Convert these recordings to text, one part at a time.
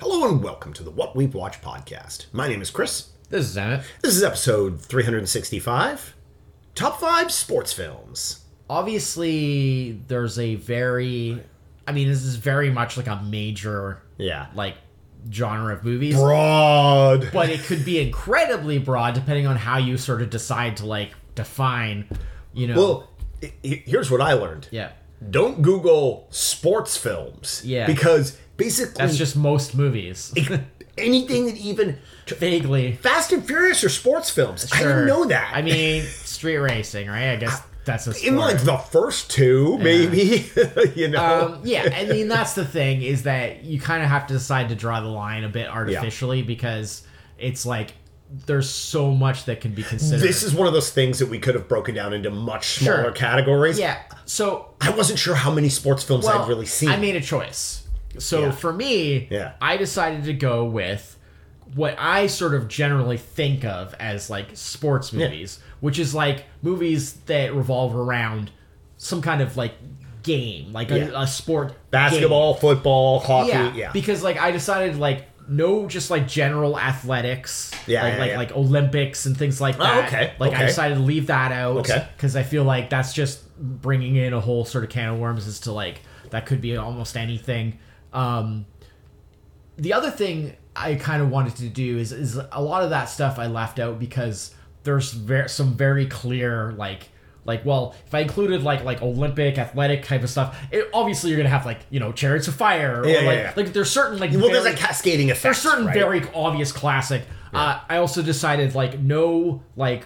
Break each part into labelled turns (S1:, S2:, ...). S1: and welcome to the What We've Watched podcast. My name is Chris.
S2: This is Emmett.
S1: This is episode 365 Top 5 Sports Films.
S2: Obviously, there's a very, I mean, this is very much like a major
S1: Yeah.
S2: like genre of movies,
S1: Broad.
S2: but it could be incredibly broad depending on how you sort of decide to like define, you know.
S1: Well, he- he- here's what I learned
S2: yeah,
S1: don't Google sports films.
S2: Yeah.
S1: Because basically,
S2: that's just most movies.
S1: anything that even.
S2: Vaguely,
S1: Fast and Furious are sports films. I
S2: sure.
S1: didn't know that.
S2: I mean, street racing, right? I guess that's a
S1: in
S2: sport.
S1: like the first two, maybe, you know.
S2: Um, yeah, I mean that's the thing is that you kind of have to decide to draw the line a bit artificially because it's like there's so much that can be considered.
S1: this is one of those things that we could have broken down into much smaller
S2: Sure.
S1: categories.
S2: yeah. So
S1: I wasn't sure how many sports films
S2: well,
S1: I'd really seen.
S2: I made a choice. So
S1: Yeah.
S2: for me,
S1: Yeah.
S2: I decided to go with what I sort of generally think of as like sports movies, which is like movies that revolve around some kind of like game, like
S1: Yeah.
S2: a, a sport game.
S1: Basketball, football, hockey. Yeah.
S2: yeah, because like I decided like no just like general athletics
S1: Yeah,
S2: like
S1: yeah,
S2: like,
S1: yeah. Oh,
S2: like Olympics and things like that
S1: okay,
S2: like
S1: okay.
S2: I decided to leave that out
S1: Okay.
S2: because I feel like that's just bringing in a whole sort of can of worms as to like that could be almost anything um the other thing I kind of wanted to do is is a lot of that stuff I left out because there's ver- some very clear like like well if I included like like Olympic athletic type of stuff it, obviously you're gonna have like you know chariots of fire or
S1: Yeah, yeah,
S2: like
S1: yeah.
S2: like there's certain like
S1: well, there's
S2: very-
S1: a cascading effect.
S2: there's certain
S1: right?
S2: very obvious classic. Uh, I also decided like no like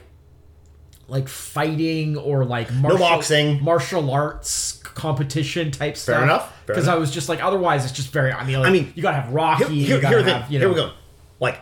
S2: like fighting or like martial,
S1: boxing.
S2: martial arts competition type stuff.
S1: enough, fair
S2: Because I
S1: enough.
S2: was just like otherwise it's just very. I mean, like,
S1: I mean,
S2: you gotta have Rocky.
S1: Here, here,
S2: you gotta
S1: here, the-
S2: have you know.
S1: here we go. Like,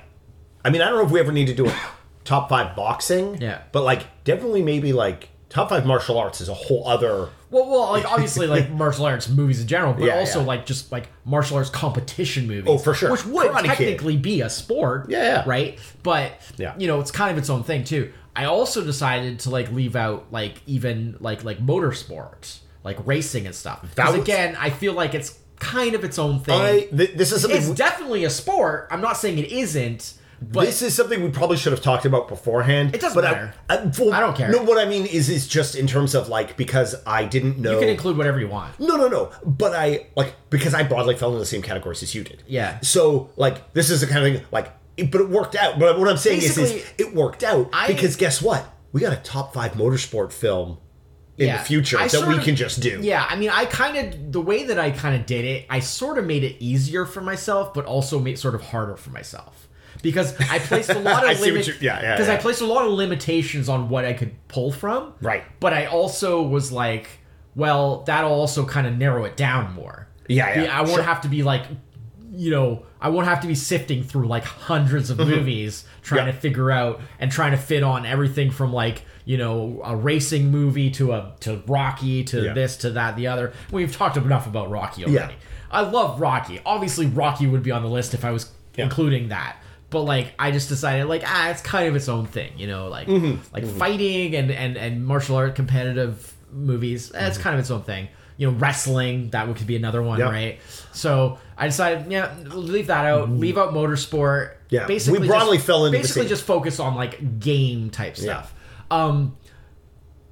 S1: I mean, I don't know if we ever need to do a top five boxing.
S2: Yeah.
S1: But like, definitely maybe like top five martial arts is a whole other.
S2: Well, well, like obviously, like martial arts movies in general, but
S1: Yeah,
S2: also
S1: yeah.
S2: like just like martial arts competition movies.
S1: Oh, for sure.
S2: which would
S1: Karate Kid.
S2: technically be a sport.
S1: Yeah, yeah.
S2: right. But
S1: Yeah.
S2: you know, it's kind of its own thing too. I also decided to like leave out like even like like motorsports, like racing and stuff.
S1: That
S2: Because
S1: was-
S2: again, I feel like it's kind of its own thing.
S1: I th- this is something.
S2: it's
S1: we-
S2: definitely a sport. I'm not saying it isn't, but
S1: this is something we probably should have talked about beforehand.
S2: It doesn't matter.
S1: I, I, well,
S2: I don't care.
S1: No, what I mean is, is just in terms of like because I didn't know.
S2: you can include whatever you want.
S1: No, no, no. But I like because I broadly fell into the same categories as you did.
S2: Yeah.
S1: So like this is the kind of thing like, it, but it worked out. But what I'm saying is, is,
S2: Basically,
S1: it worked out
S2: I-
S1: because guess what? We got a top five motorsport film in
S2: Yeah.
S1: the future
S2: I
S1: that we
S2: sorta-
S1: can just do.
S2: Yeah, I mean, I kind of the way that I kind of did it, I sort of made it easier for myself, but also made sort of harder for myself because I placed a lot
S1: I
S2: of
S1: see what
S2: limit,
S1: you- yeah, yeah,
S2: because I
S1: yeah.
S2: placed a lot of limitations on what I could pull from.
S1: Right.
S2: But I also was like, well, that'll also kind of narrow it down more.
S1: Yeah, yeah,
S2: Be- I won't
S1: sure.
S2: have to be like, you know, I won't have to be sifting through like hundreds of movies trying
S1: Mhm. Yeah.
S2: to figure out and trying to fit on everything from like you know a racing movie to a to Rocky to
S1: Yeah.
S2: this to that the other. We've talked enough about Rocky already.
S1: Yeah.
S2: I love Rocky. Obviously, Rocky would be on the list if I was
S1: Yeah.
S2: including that. But like, I just decided like ah, it's kind of its own thing, you know, like
S1: Mm-hmm.
S2: like fighting and and and martial art competitive movies. That's kind of its own thing. You know, wrestling that would could be another one,
S1: Mm-hmm. Yep.
S2: right? So I decided, yeah, leave that out. Leave out motorsport.
S1: Mm-hmm. Yeah, we broadly
S2: just,
S1: fell into the
S2: basically
S1: same-
S2: just focus on like game type stuff. Um,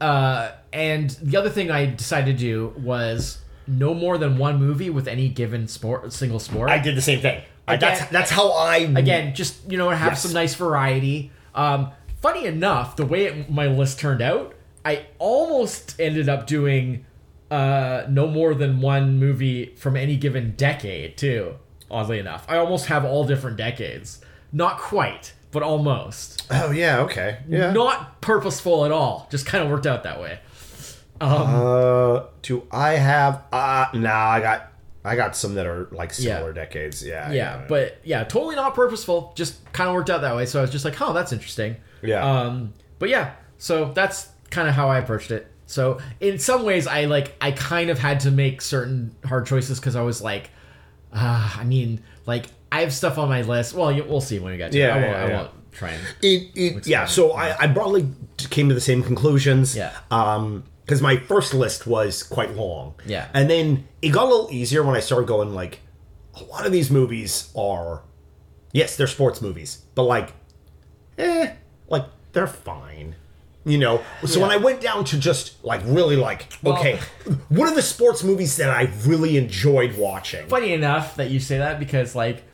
S2: uh, and the other thing I decided to do was no more than one movie with any given sport, single sport.
S1: I did the same thing. I, that's
S2: Again-
S1: that's how I
S2: Again, just you know, have
S1: Yes.
S2: some nice variety. Um, funny enough, the way it, my list turned out, I almost ended up doing uh, no more than one movie from any given decade too. Oddly enough, I almost have all different decades. Not quite, but almost
S1: Oh yeah, okay, yeah.
S2: not purposeful at all. Just kind of worked out that way.
S1: Uh, do I have? Uh, nah, I got I got some that are like similar decades. Yeah,
S2: Yeah, but yeah, totally not purposeful. Just kind of worked out that way. So I was just like, "Oh, that's interesting."
S1: Yeah.
S2: Um, but yeah, so that's kind of how I approached it. So in some ways, I like I kind of had to make certain hard choices because I was like, uh, I mean, like I have stuff on my list. Well, you, we'll see when we get to. it.
S1: Yeah,
S2: I won't,
S1: yeah,
S2: I
S1: yeah.
S2: won't try and.
S1: It, it yeah. So I, I broadly came to the same conclusions.
S2: Yeah.
S1: Um, because my first list was quite long.
S2: Yeah.
S1: And then it got a little easier when I started going like, a lot of these movies are Yes, they're sports movies, but like, eh, like they're fine. You know, so when I went down to just like really like
S2: Well-
S1: okay, what are the sports movies that I really enjoyed watching?
S2: funny enough that you say that because like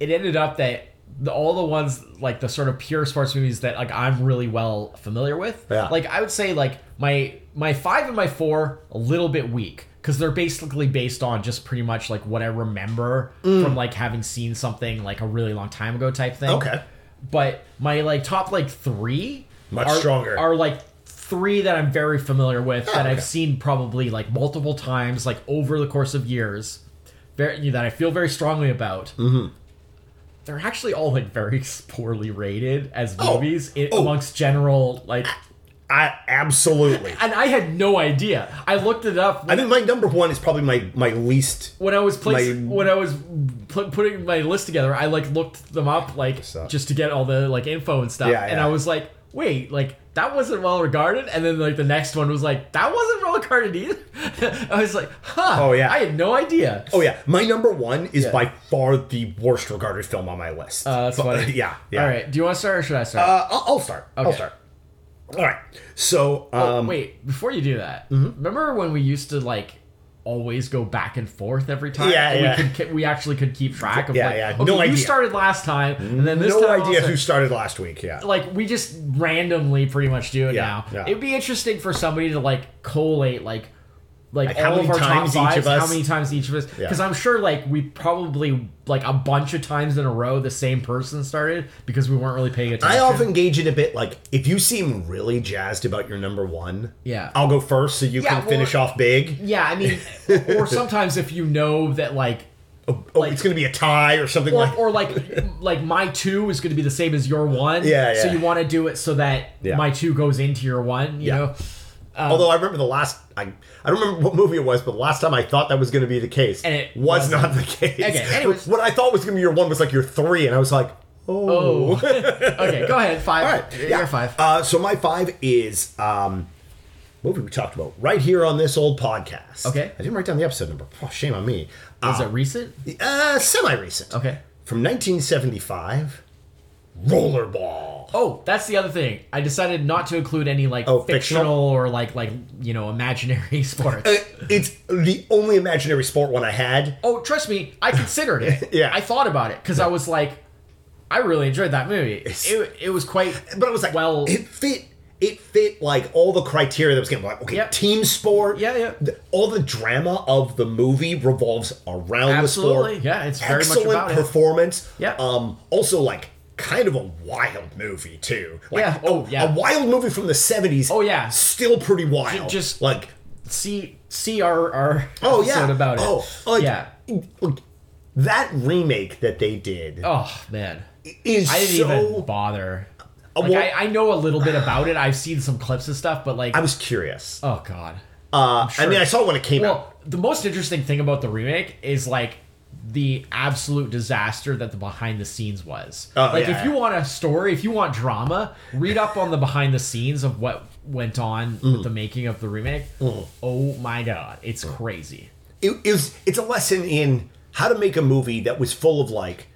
S2: it ended up that the, all the ones like the sort of pure sports movies that like I'm really well familiar with.
S1: Yeah.
S2: Like I would say like my my five and my four a little bit weak because they're basically based on just pretty much like what I remember
S1: Mm.
S2: from like having seen something like a really long time ago type thing.
S1: Okay.
S2: But my like top like three
S1: Much
S2: are,
S1: stronger. Ah,
S2: are like three that I'm very familiar with that
S1: okay.
S2: I've seen probably like multiple times like over the course of years very, that I feel very strongly about.
S1: Mm-hmm.
S2: They're actually all like very poorly rated as
S1: Oh.
S2: movies in,
S1: Oh.
S2: amongst general like,
S1: I absolutely.
S2: and I had no idea. I looked it up
S1: I
S2: when,
S1: think my number one is probably my my least.
S2: when I was placing
S1: my-
S2: when I was pl- putting my list together. I like looked them up like
S1: So-
S2: just to get all the like info and stuff,
S1: Yeah,
S2: and
S1: yeah.
S2: I was like, wait, like. That wasn't well regarded, and then like the next one was like that wasn't well regarded either. I was like, "Huh?
S1: Oh, yeah.
S2: I had no idea."
S1: Oh yeah, my number one is
S2: Yeah.
S1: by far the worst regarded film on my list.
S2: Uh, that's
S1: But-
S2: funny.
S1: yeah, yeah.
S2: All right. Do you want to start or should I start?
S1: Uh, I'll, I'll start. I'll
S2: Okay.
S1: start. All right. So, um, mm-hmm.
S2: Wait, before you do that, remember when we used to like always go back and forth every time?
S1: Yeah,
S2: And
S1: yeah.
S2: We, could, ke- we actually could keep track of
S1: Yeah,
S2: like,
S1: yeah.
S2: okay,
S1: No
S2: you
S1: idea.
S2: started last time, and then this
S1: no
S2: time
S1: idea
S2: also-
S1: who started last week. Yeah.
S2: like we just randomly pretty much do it
S1: Yeah,
S2: now.
S1: yeah.
S2: It'd be interesting for somebody to like collate like like,
S1: how
S2: all
S1: many
S2: of our
S1: times each
S2: top fives,
S1: of
S2: how
S1: us-
S2: many times each of us?
S1: Yeah.
S2: Because I'm sure like we probably like a bunch of times in a row the same person started because we weren't really paying attention.
S1: I often gauge it a bit like if you seem really jazzed about your number one,
S2: Yeah.
S1: I'll go first so you
S2: Yeah,
S1: can
S2: well-
S1: finish off big.
S2: yeah, I mean, or sometimes if you know that like
S1: Oh, oh, it's gonna be a tie or something
S2: or,
S1: like.
S2: or like like my two is going to be the same as your one.
S1: Yeah,
S2: So
S1: yeah.
S2: you want to do it so that
S1: Yeah.
S2: my two goes into your one. You
S1: Yeah.
S2: know. um,
S1: Although I remember the last, I I don't remember what movie it was, but the last time I thought that was going to be the case,
S2: And it
S1: was
S2: wasn't.
S1: not the case.
S2: Okay, anyways.
S1: what I thought was going to be your one was like your three, and I was like, oh.
S2: Oh. okay. Go ahead. Five.
S1: All right,
S2: You're
S1: yeah.
S2: five.
S1: Uh, so my five is um, movie we talked about right here on this old podcast.
S2: Okay.
S1: I didn't write down the episode number. Oh, shame on me.
S2: Is
S1: Uh,
S2: it recent?
S1: uh, semi-recent.
S2: Okay.
S1: From 1975, Rollerball.
S2: Oh, that's the other thing. I decided not to include any like
S1: Oh, fictional?
S2: fictional, or like like you know imaginary sports.
S1: Uh, It's the only imaginary sport one I had.
S2: oh, trust me, I considered it.
S1: Yeah.
S2: I thought about it because I was like, I really enjoyed that movie. It, it was quite.
S1: But it was like,
S2: well,
S1: it fit. It fit like all the criteria that was going to be like, okay,
S2: Yep.
S1: team sport.
S2: Yeah, yeah.
S1: th- All the drama of the movie revolves around
S2: Absolutely.
S1: the sport.
S2: Yeah, it's very much
S1: Excellent
S2: about it.
S1: performance.
S2: Yeah.
S1: Um. Also, like, kind of a wild movie too. Like,
S2: Yeah, oh,
S1: a,
S2: yeah.
S1: A wild movie from the seventies.
S2: Oh, yeah.
S1: Still pretty wild.
S2: J- just-
S1: like.
S2: see see our our
S1: Oh
S2: episode
S1: yeah.
S2: about it.
S1: Oh, like,
S2: yeah.
S1: like, that remake that they did
S2: Oh man.
S1: is
S2: I didn't
S1: so. uh,
S2: even bother. Like,
S1: well-
S2: I, I know a little bit about it. I've seen some clips and stuff, but like,
S1: I was curious.
S2: oh god.
S1: Uh, I
S2: sure.
S1: mean, I saw it when it came out.
S2: Well, the most interesting thing about the remake is like the absolute disaster that the behind the scenes was.
S1: Oh,
S2: like,
S1: yeah.
S2: if you want a story, if you want drama, read up on the behind the scenes of what went on
S1: Mm.
S2: with the making of the remake. Oh my god, it's crazy.
S1: it, it was it's a lesson in how to make a movie that was full of like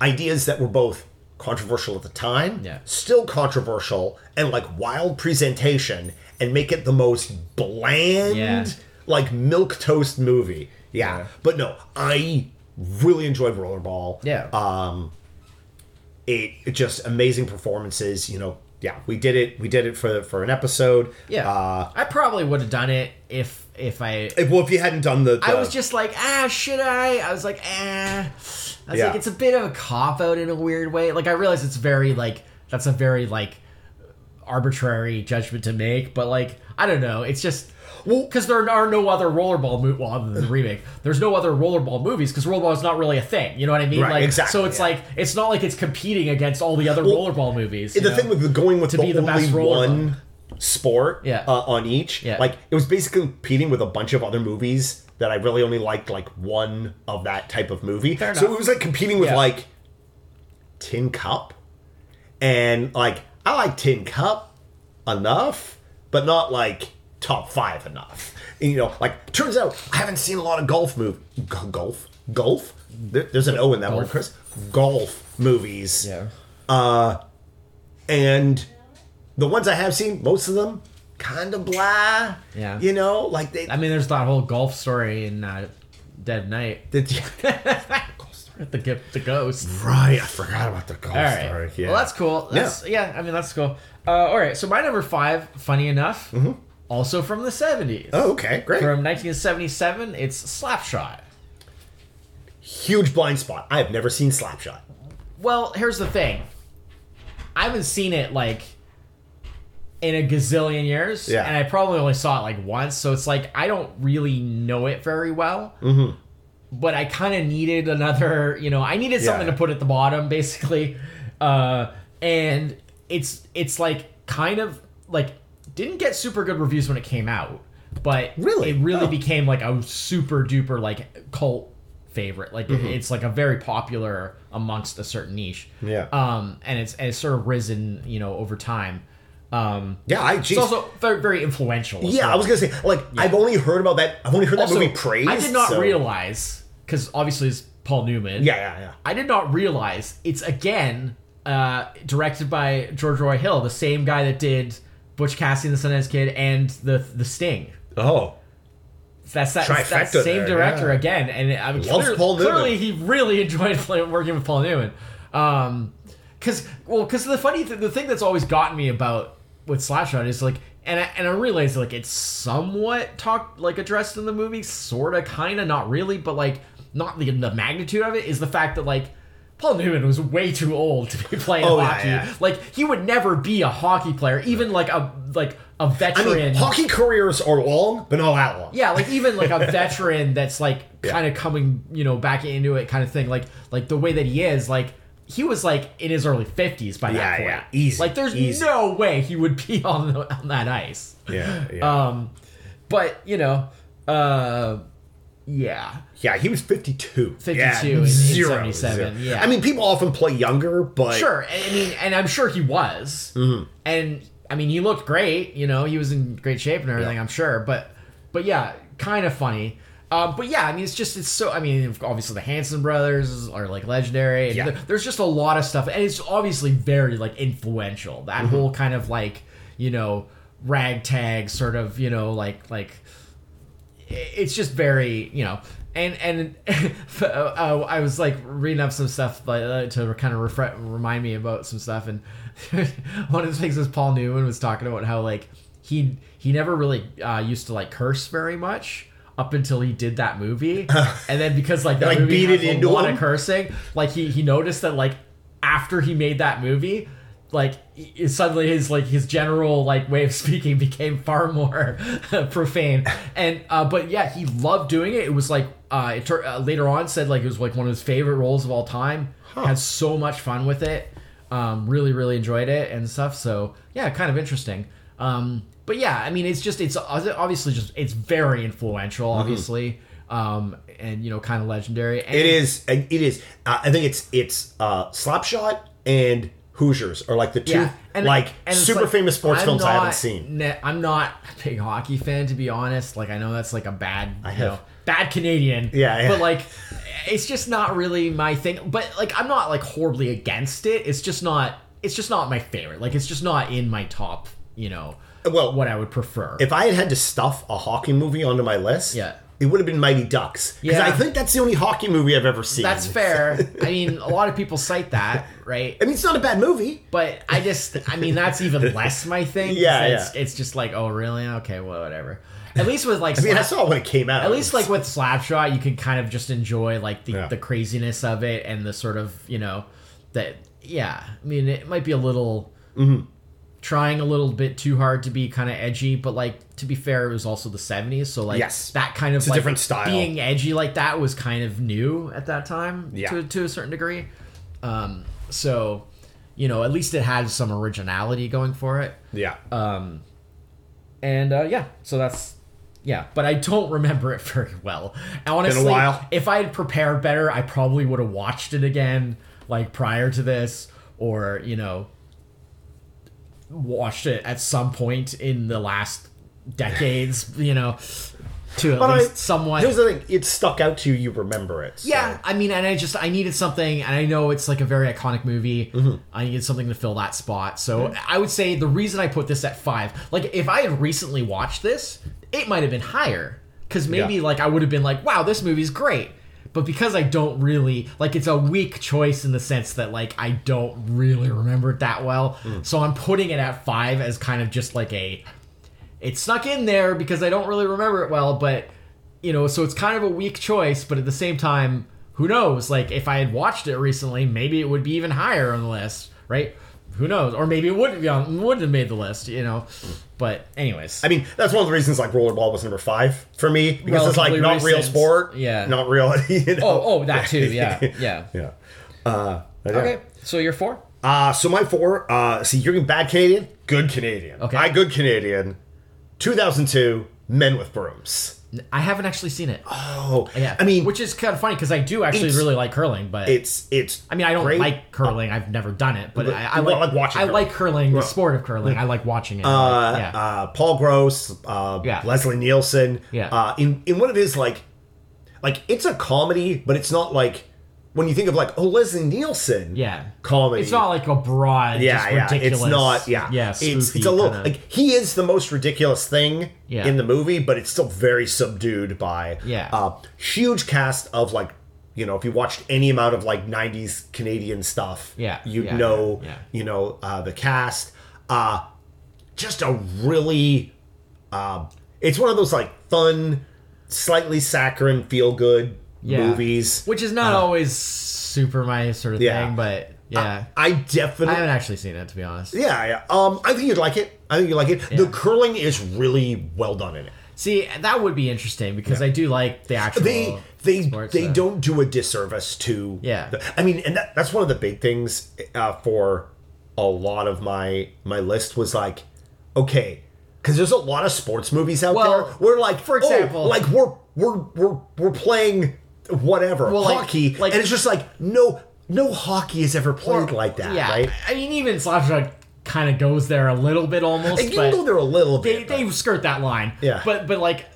S1: ideas that were both controversial at the time,
S2: Yeah.
S1: still controversial, and like wild presentation, and make it the most bland,
S2: Yeah.
S1: like milk toast movie. Yeah. but no, I really enjoyed Rollerball.
S2: Yeah.
S1: um, it, it just amazing performances. You know, yeah, we did it. We did it for for an episode.
S2: Yeah,
S1: Uh,
S2: I probably would have done it if if I
S1: if, well, if you hadn't done the, the
S2: I was just like, ah, should I? I was like, ah. I was
S1: Yeah.
S2: like, it's a bit of a cop out in a weird way. Like, I realize it's very, like, that's a very, like, arbitrary judgment to make, but, like, I don't know. It's just. Because there are no other rollerball movies, well, other than the remake, there's no other rollerball movies because rollerball is not really a thing. You know what I mean?
S1: Right,
S2: like,
S1: exactly,
S2: So it's
S1: yeah.
S2: like, it's not like it's competing against all the other rollerball movies.
S1: the
S2: you
S1: thing
S2: know?
S1: with the going with to the
S2: be the
S1: only
S2: best roller
S1: one sport
S2: Yeah.
S1: uh, on each,
S2: Yeah.
S1: like it was basically competing with a bunch of other movies that I really only liked like one of that type of movie.
S2: Fair
S1: so
S2: enough.
S1: it was like competing with
S2: Yeah.
S1: like Tin Cup, and like I like Tin Cup enough, but not like top five enough. And, you know, like turns out I haven't seen a lot of golf move g- golf golf there, there's an O in that word, Chris. Golf movies.
S2: Yeah.
S1: And the ones I have seen, most of them, kind of blah.
S2: Yeah.
S1: You know, like they.
S2: I mean, there's that whole golf story in uh, Dead of Night.
S1: they-
S2: the gi- the ghost.
S1: right, I forgot about the golf
S2: All right.
S1: story. Yeah.
S2: Well, that's cool. That's, yeah. I mean, that's cool. Uh, all right. So my number five, funny enough, also from the
S1: Mm-hmm.
S2: '70s,
S1: Oh, okay, great.
S2: from 1977. It's Slapshot.
S1: Huge blind spot. I have never seen Slapshot.
S2: Well, here's the thing. I haven't seen it like in a gazillion years,
S1: Yeah.
S2: and I probably only saw it like once, so it's like I don't really know it very well. Mm-hmm. But I kind of needed another, you know, I needed
S1: Yeah.
S2: something to put at the bottom, basically. Uh, and it's it's like kind of like didn't get super good reviews when it came out, but
S1: Really?
S2: it really
S1: Oh.
S2: became like a super duper like cult favorite. Like
S1: Mm-hmm.
S2: it- it's like a very popular amongst a certain niche.
S1: Yeah.
S2: Um, and it's and it's sort of risen, you know, over time. Um,
S1: Yeah, I geez.
S2: it's also very very influential. as
S1: yeah, I
S2: well.
S1: was gonna say like I've only heard about that. I've only heard
S2: Also,
S1: that movie praised.
S2: I did not
S1: so-
S2: realize because obviously it's Paul Newman.
S1: Yeah, yeah, yeah.
S2: I did not realize it's again uh, directed by George Roy Hill, the same guy that did Butch Cassidy and the Sundance Kid and the the Sting.
S1: Oh,
S2: That's that,
S1: Trifecta
S2: that same
S1: there,
S2: director
S1: yeah.
S2: again, and I mean,
S1: Loves
S2: clear-
S1: Paul Newman.
S2: clearly he really enjoyed play, working with Paul Newman. Um, because well, because the funny th- the thing that's always gotten me about with Slapshot is like, and I, and I realize like it's somewhat talked like addressed in the movie, sorta, kinda, not really, but like not the the magnitude of it is the fact that like. Paul Newman was way too old to be playing
S1: Oh, yeah,
S2: hockey.
S1: yeah.
S2: Like he would never be a hockey player, even like a like a
S1: I
S2: veteran.
S1: mean, hockey careers are long, but not that long.
S2: Yeah, like even like a veteran that's like kind of coming, you know, back into it kind of thing. Like like the way that he is, like he was like in his early fifties by
S1: Yeah,
S2: that point.
S1: yeah, easy,
S2: Like there's
S1: easy.
S2: no way he would be on the, on that ice.
S1: yeah, yeah.
S2: Um, but you know, uh, yeah,
S1: Yeah, he was 52.
S2: 52
S1: yeah,
S2: in- in 77, yeah.
S1: I mean, people often play younger, but
S2: sure. I I mean, and I'm sure he was, and I mean, he looked great. You know, he was in great shape and everything. I'm sure, but but yeah, kind of funny. Um, but yeah, I mean, it's just it's so. I mean, obviously the Hanson brothers are like legendary, and
S1: Yeah.
S2: there- there's just a lot of stuff, and it's obviously very like influential. That whole kind of like you know ragtag sort of you know like like it's just very you know and and uh, I was like reading up some stuff like uh, to kind of refre- remind me about some stuff and one of the things was Paul Newman was talking about how like he he never really uh, used to like curse very much up until he did that movie and then because like that
S1: Like,
S2: movie
S1: beat
S2: has
S1: it
S2: a
S1: into
S2: lot
S1: him?
S2: of cursing like he he noticed that like after he made that movie like he- suddenly his like his general like way of speaking became far more profane and uh but yeah he loved doing it it was like uh, it tur- uh later on said like it was like one of his favorite roles of all time had so much fun with it um really really enjoyed it and stuff so yeah kind of interesting um but yeah i mean it's just it's obvi- obviously just it's very influential obviously um and you know kind of legendary and
S1: it is. It is. Uh, I think it's it's uh, Slapshot and Hoosiers are like the two like
S2: and it's
S1: super
S2: like,
S1: famous sports
S2: I'm
S1: films I haven't
S2: not
S1: seen.
S2: ne- I'm not a big hockey fan, to be honest. Like I know that's like a bad, you
S1: have-
S2: know, bad Canadian.
S1: Yeah, yeah.
S2: But like, it's just not really my thing. But like, I'm not like horribly against it. It's just not. It's just not my favorite. Like, it's just not in my top. You know,
S1: Well,
S2: what I would prefer.
S1: If I had had to stuff a hockey movie onto my list,
S2: Yeah.
S1: it would have been Mighty Ducks because
S2: Yeah.
S1: I think that's the only hockey movie I've ever seen.
S2: that's fair. I mean, a lot of people cite that, right?
S1: I mean, it's not a bad movie.
S2: But I just, I mean, that's even less my thing. 'cause
S1: Yeah,
S2: it's,
S1: yeah.
S2: it's just like, oh, really? Okay, well, whatever. At least with like,
S1: I mean, I
S2: Slap-
S1: saw it when it came out.
S2: At least like with Slapshot, you can kind of just enjoy like the,
S1: Yeah.
S2: the craziness of it and the sort of you know that yeah. I mean, it might be a little
S1: Mm-hmm.
S2: trying a little bit too hard to be kind of edgy, but like to be fair, it was also the '70s, so like
S1: Yes.
S2: that kind of
S1: a
S2: like,
S1: different style.
S2: being edgy like that was kind of new at that time
S1: Yeah.
S2: to to a certain degree. Um, so you know, at least it had some originality going for it
S1: yeah.
S2: uh, and uh, yeah, so that's yeah. But I don't remember it very well. Honestly,
S1: while.
S2: if I had prepared better, I probably would have watched it again, like prior to this, or you know, watched it at some point in the last decades. you know, to at
S1: But
S2: least
S1: I,
S2: somewhat.
S1: Here's the thing: it stuck out to you. You remember it. so-
S2: Yeah, I mean, and I just I needed something, and I know it's like a very iconic movie. I needed something to fill that spot. So I would say the reason I put this at five, like if I had recently watched this, it might have been higher because maybe
S1: Yeah.
S2: like I would have been like, wow, this movie's great. But because I don't really like, it's a weak choice in the sense that like I don't really remember it that well. So I'm putting it at five as kind of just like a it snuck in there because I don't really remember it well, but you know, so it's kind of a weak choice, but at the same time, who knows? Like if I had watched it recently, maybe it would be even higher on the list, right? Who knows? Or maybe it wouldn't be on wouldn't have made the list, you know. But anyways.
S1: I mean, that's one of the reasons like rollerball was number five for me because it's like
S2: Relatively
S1: not real
S2: recent.
S1: sport.
S2: Yeah.
S1: Not real. You know?
S2: oh, oh, that too. Yeah. Yeah.
S1: Yeah. Uh, yeah.
S2: Okay. So you're 4?
S1: Uh, so my four. Uh, see, you're being bad Canadian, good Canadian.
S2: Okay.
S1: I good Canadian. 2002, Men with Brooms.
S2: I haven't actually seen it.
S1: Oh,
S2: yeah.
S1: I mean,
S2: which is kind of funny cuz I do actually
S1: it's-
S2: really like curling, but
S1: it's it's.
S2: I mean, I don't
S1: great.
S2: like curling. I've never done it, but I, I
S1: well,
S2: like,
S1: like watching
S2: I
S1: curling.
S2: like curling, the sport of curling. I like watching it.
S1: Uh,
S2: yeah.
S1: uh, Paul Gross, uh,
S2: Yeah.
S1: Leslie Nielsen.
S2: Yeah.
S1: Uh, in in one of his like, like it's a comedy, but it's not like when you think of like oh Leslie Nielsen.
S2: Yeah.
S1: Comedy.
S2: It's not like a broad,
S1: yeah,
S2: just
S1: yeah.
S2: ridiculous.
S1: It's not. Yeah.
S2: yeah.
S1: It's
S2: spoofy
S1: it's a little
S2: kinda-
S1: like he is the most ridiculous thing
S2: Yeah.
S1: in the movie, but it's still very subdued by
S2: Yeah.
S1: uh, huge cast of like. You know, if you watched any amount of like '90s Canadian stuff,
S2: Yeah,
S1: you'd
S2: yeah,
S1: know,
S2: yeah, yeah.
S1: you know, uh, the cast. Uh, just a really um, it's one of those like fun slightly saccharine feel good
S2: Yeah.
S1: movies uh,
S2: which is not always super my sort of
S1: yeah.
S2: thing, but yeah,
S1: i
S2: I,
S1: definitely
S2: haven't actually seen it to be honest.
S1: yeah, yeah um i think you'd like it i think you like it the curling is really well done in it
S2: See, that would be interesting because I do like the actual.
S1: they they
S2: sports,
S1: they
S2: uh,
S1: don't do a disservice to
S2: Yeah.
S1: the- i mean and that, that's one of the big things uh, for a lot of my my list was like okay because there's a lot of sports movies out
S2: Well,
S1: there where like
S2: for
S1: oh,
S2: example-
S1: like we're we're we're we're playing whatever
S2: Well, like-
S1: hockey
S2: like-
S1: and it's just like no no hockey is ever played like that
S2: yeah,
S1: right
S2: I mean, even Slavjak kind of goes there a little bit almost.
S1: and you
S2: but
S1: can go there a little
S2: they,
S1: bit
S2: they skirt that line.
S1: Yeah.
S2: But but like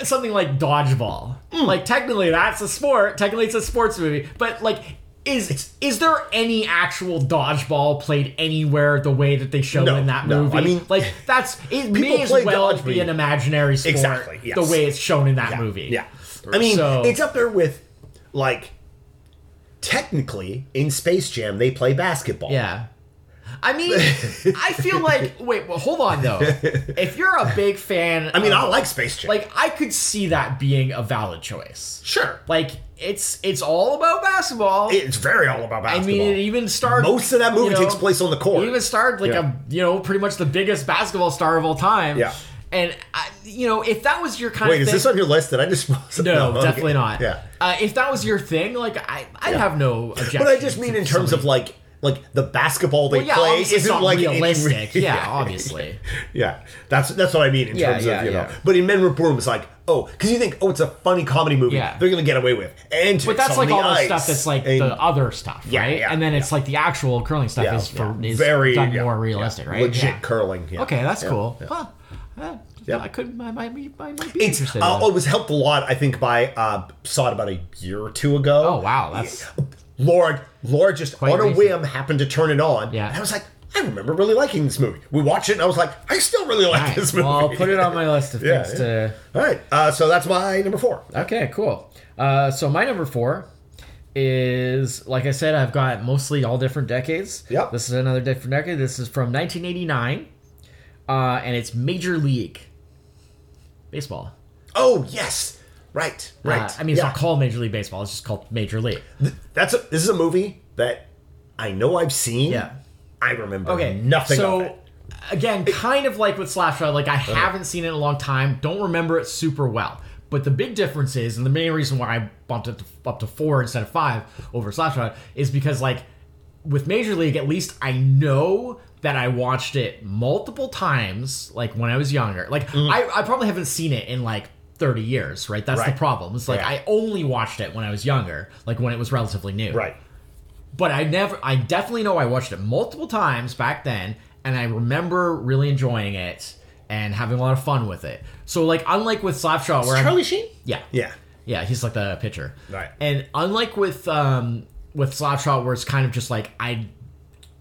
S2: uh, something like dodgeball.
S1: Hmm.
S2: Like technically that's a sport. Technically it's a sports movie. But like is is there any actual dodgeball played anywhere the way that they show
S1: No,
S2: in that
S1: no.
S2: movie?
S1: I mean,
S2: like that's it may as
S1: play
S2: well
S1: dodge
S2: be
S1: me.
S2: an imaginary sport
S1: Exactly, yes.
S2: the way it's shown in that
S1: Yeah,
S2: movie.
S1: Yeah. I mean,
S2: So-
S1: it's up there with like technically in Space Jam they play basketball.
S2: Yeah. I mean, I feel like wait, well, hold on though. If you're a big fan,
S1: I mean,
S2: of-
S1: I like Space Jam.
S2: Um, like I could see that being a valid choice.
S1: sure.
S2: Like it's it's all about basketball.
S1: It's very all about
S2: I
S1: basketball.
S2: mean, it even starred.
S1: most of that movie
S2: you know,
S1: takes place on the court.
S2: It even starred like
S1: Yeah.
S2: a you know pretty much the biggest basketball star of all time.
S1: Yeah.
S2: And I, you know if that was your kind
S1: Wait,
S2: of
S1: is
S2: thing,
S1: this on your list that I just
S2: no,
S1: okay.
S2: definitely not.
S1: Yeah.
S2: Uh, if that was your thing, like I I'd have no objection.
S1: But I just mean in terms of like like the basketball they
S2: well, yeah,
S1: play
S2: obviously it's
S1: isn't
S2: not
S1: like any-
S2: realistic. yeah, obviously.
S1: Yeah, that's that's what I mean in
S2: Yeah,
S1: terms
S2: yeah,
S1: of you know.
S2: yeah.
S1: But in Men with Brooms, like oh, because you think oh, it's a funny comedy movie.
S2: Yeah.
S1: They're gonna get away with. And
S2: But that's like all the stuff that's like
S1: and,
S2: the other stuff,
S1: Yeah,
S2: right?
S1: yeah,
S2: and then it's like the actual curling stuff
S1: Yeah,
S2: is for
S1: yeah.
S2: is
S1: Very,
S2: done
S1: yeah,
S2: more realistic, right?
S1: legit
S2: Yeah.
S1: curling. yeah.
S2: Okay, that's
S1: Yeah.
S2: cool. Huh. Uh,
S1: Yep.
S2: I could, I might be, I might be
S1: It's
S2: interested.
S1: uh,
S2: in that.
S1: oh, it was helped a lot. I think by uh, saw it about a year or two ago.
S2: Oh wow, that's
S1: Laura, Laura just on a
S2: recent.
S1: whim happened to turn it on.
S2: Yeah.
S1: and I was like, I remember really liking this movie. We watched it, and I was like, I still really like
S2: Alright,
S1: this movie.
S2: Well, I'll put it on my list of
S1: Yeah,
S2: things
S1: yeah.
S2: to.
S1: All right, uh, so that's my number four.
S2: Okay, cool. Uh, so my number four is, like I said, I've got mostly all different decades.
S1: Yep.
S2: This is another different decade. This is from 1989, uh, and it's Major League Baseball.
S1: Oh yes, right,
S2: Uh,
S1: right.
S2: I mean, it's
S1: Yeah.
S2: not called Major League Baseball. It's just called Major League.
S1: that's a, this is a movie that I know I've seen.
S2: Yeah.
S1: I remember
S2: Okay,
S1: nothing.
S2: So
S1: of it. Uh-huh.
S2: again, kind of like with Slapshot, like I haven't seen it in a long time, don't remember it super well. But the big difference is, and the main reason why I bumped it to, up to four instead of five over Slapshot is because like with Major League, at least I know that I watched it multiple times, like when I was younger. Like
S1: Mm-hmm.
S2: I, I probably haven't seen it in like. 30 years, right? That's
S1: Right.
S2: the problem. It's like
S1: Yeah.
S2: I only watched it when I was younger, like when it was relatively new
S1: right.
S2: but I never, I definitely know I watched it multiple times back then, and I remember really enjoying it. and having a lot of fun with it. So like unlike with Slapshot where I'm-
S1: Charlie Sheen?
S2: yeah.
S1: Yeah.
S2: Yeah, he's like the pitcher.
S1: Right.
S2: And unlike with um with Slapshot where it's kind of just like I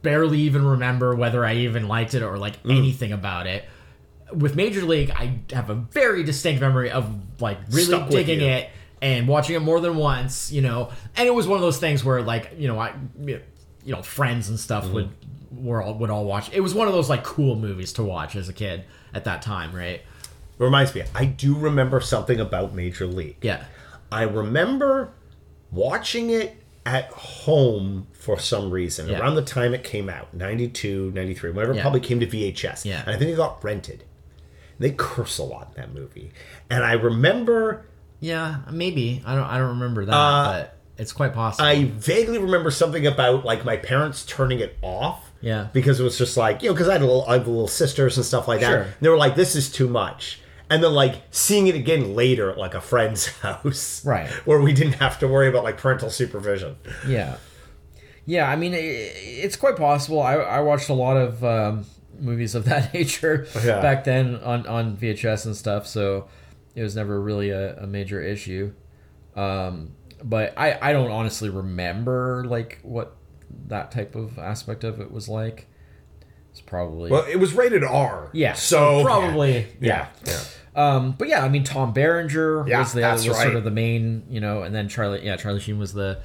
S2: barely even remember whether I even liked it or like
S1: Mm.
S2: anything about it. With Major League, I have a very distinct memory of like really
S1: Stuck with
S2: digging
S1: you.
S2: it and watching it more than once, you know. And it was one of those things where like, you know, I you know, friends and stuff
S1: Mm-hmm.
S2: would were all would all watch. It was one of those like cool movies to watch as a kid at that time, right?
S1: Reminds me, I do remember something about Major League.
S2: Yeah.
S1: I remember watching it at home for some reason
S2: Yeah.
S1: around the time it came out 92 93 whenever it
S2: Yeah.
S1: probably came to vhs
S2: Yeah.
S1: and i think it got rented they curse a lot in that movie and i remember
S2: Yeah, maybe. I don't. I don't remember that, but it's quite possible.
S1: Uh, i vaguely remember something about like my parents turning it off
S2: Yeah.
S1: because it was just like you know because i had a little i have little sisters and stuff like that
S2: Sure.
S1: and they were like this is too much and then like seeing it again later at like a friend's house
S2: Right.
S1: where we didn't have to worry about like parental supervision
S2: yeah, yeah. I mean, i it's quite possible. I, I watched a lot of um, movies of that nature
S1: Oh, Yeah.
S2: back then on on VHS and stuff, so it was never really a, a major issue. Um, but I I don't honestly remember like what that type of aspect of it was like. It's probably
S1: Well, it was rated R.
S2: Yeah.
S1: So
S2: probably
S1: Yeah. yeah.
S2: Um, but yeah, I mean Tom Berenger
S1: Yeah,
S2: was the
S1: that's
S2: was sort
S1: right.
S2: of the main, you know, and then Charlie, yeah, Charlie Sheen was the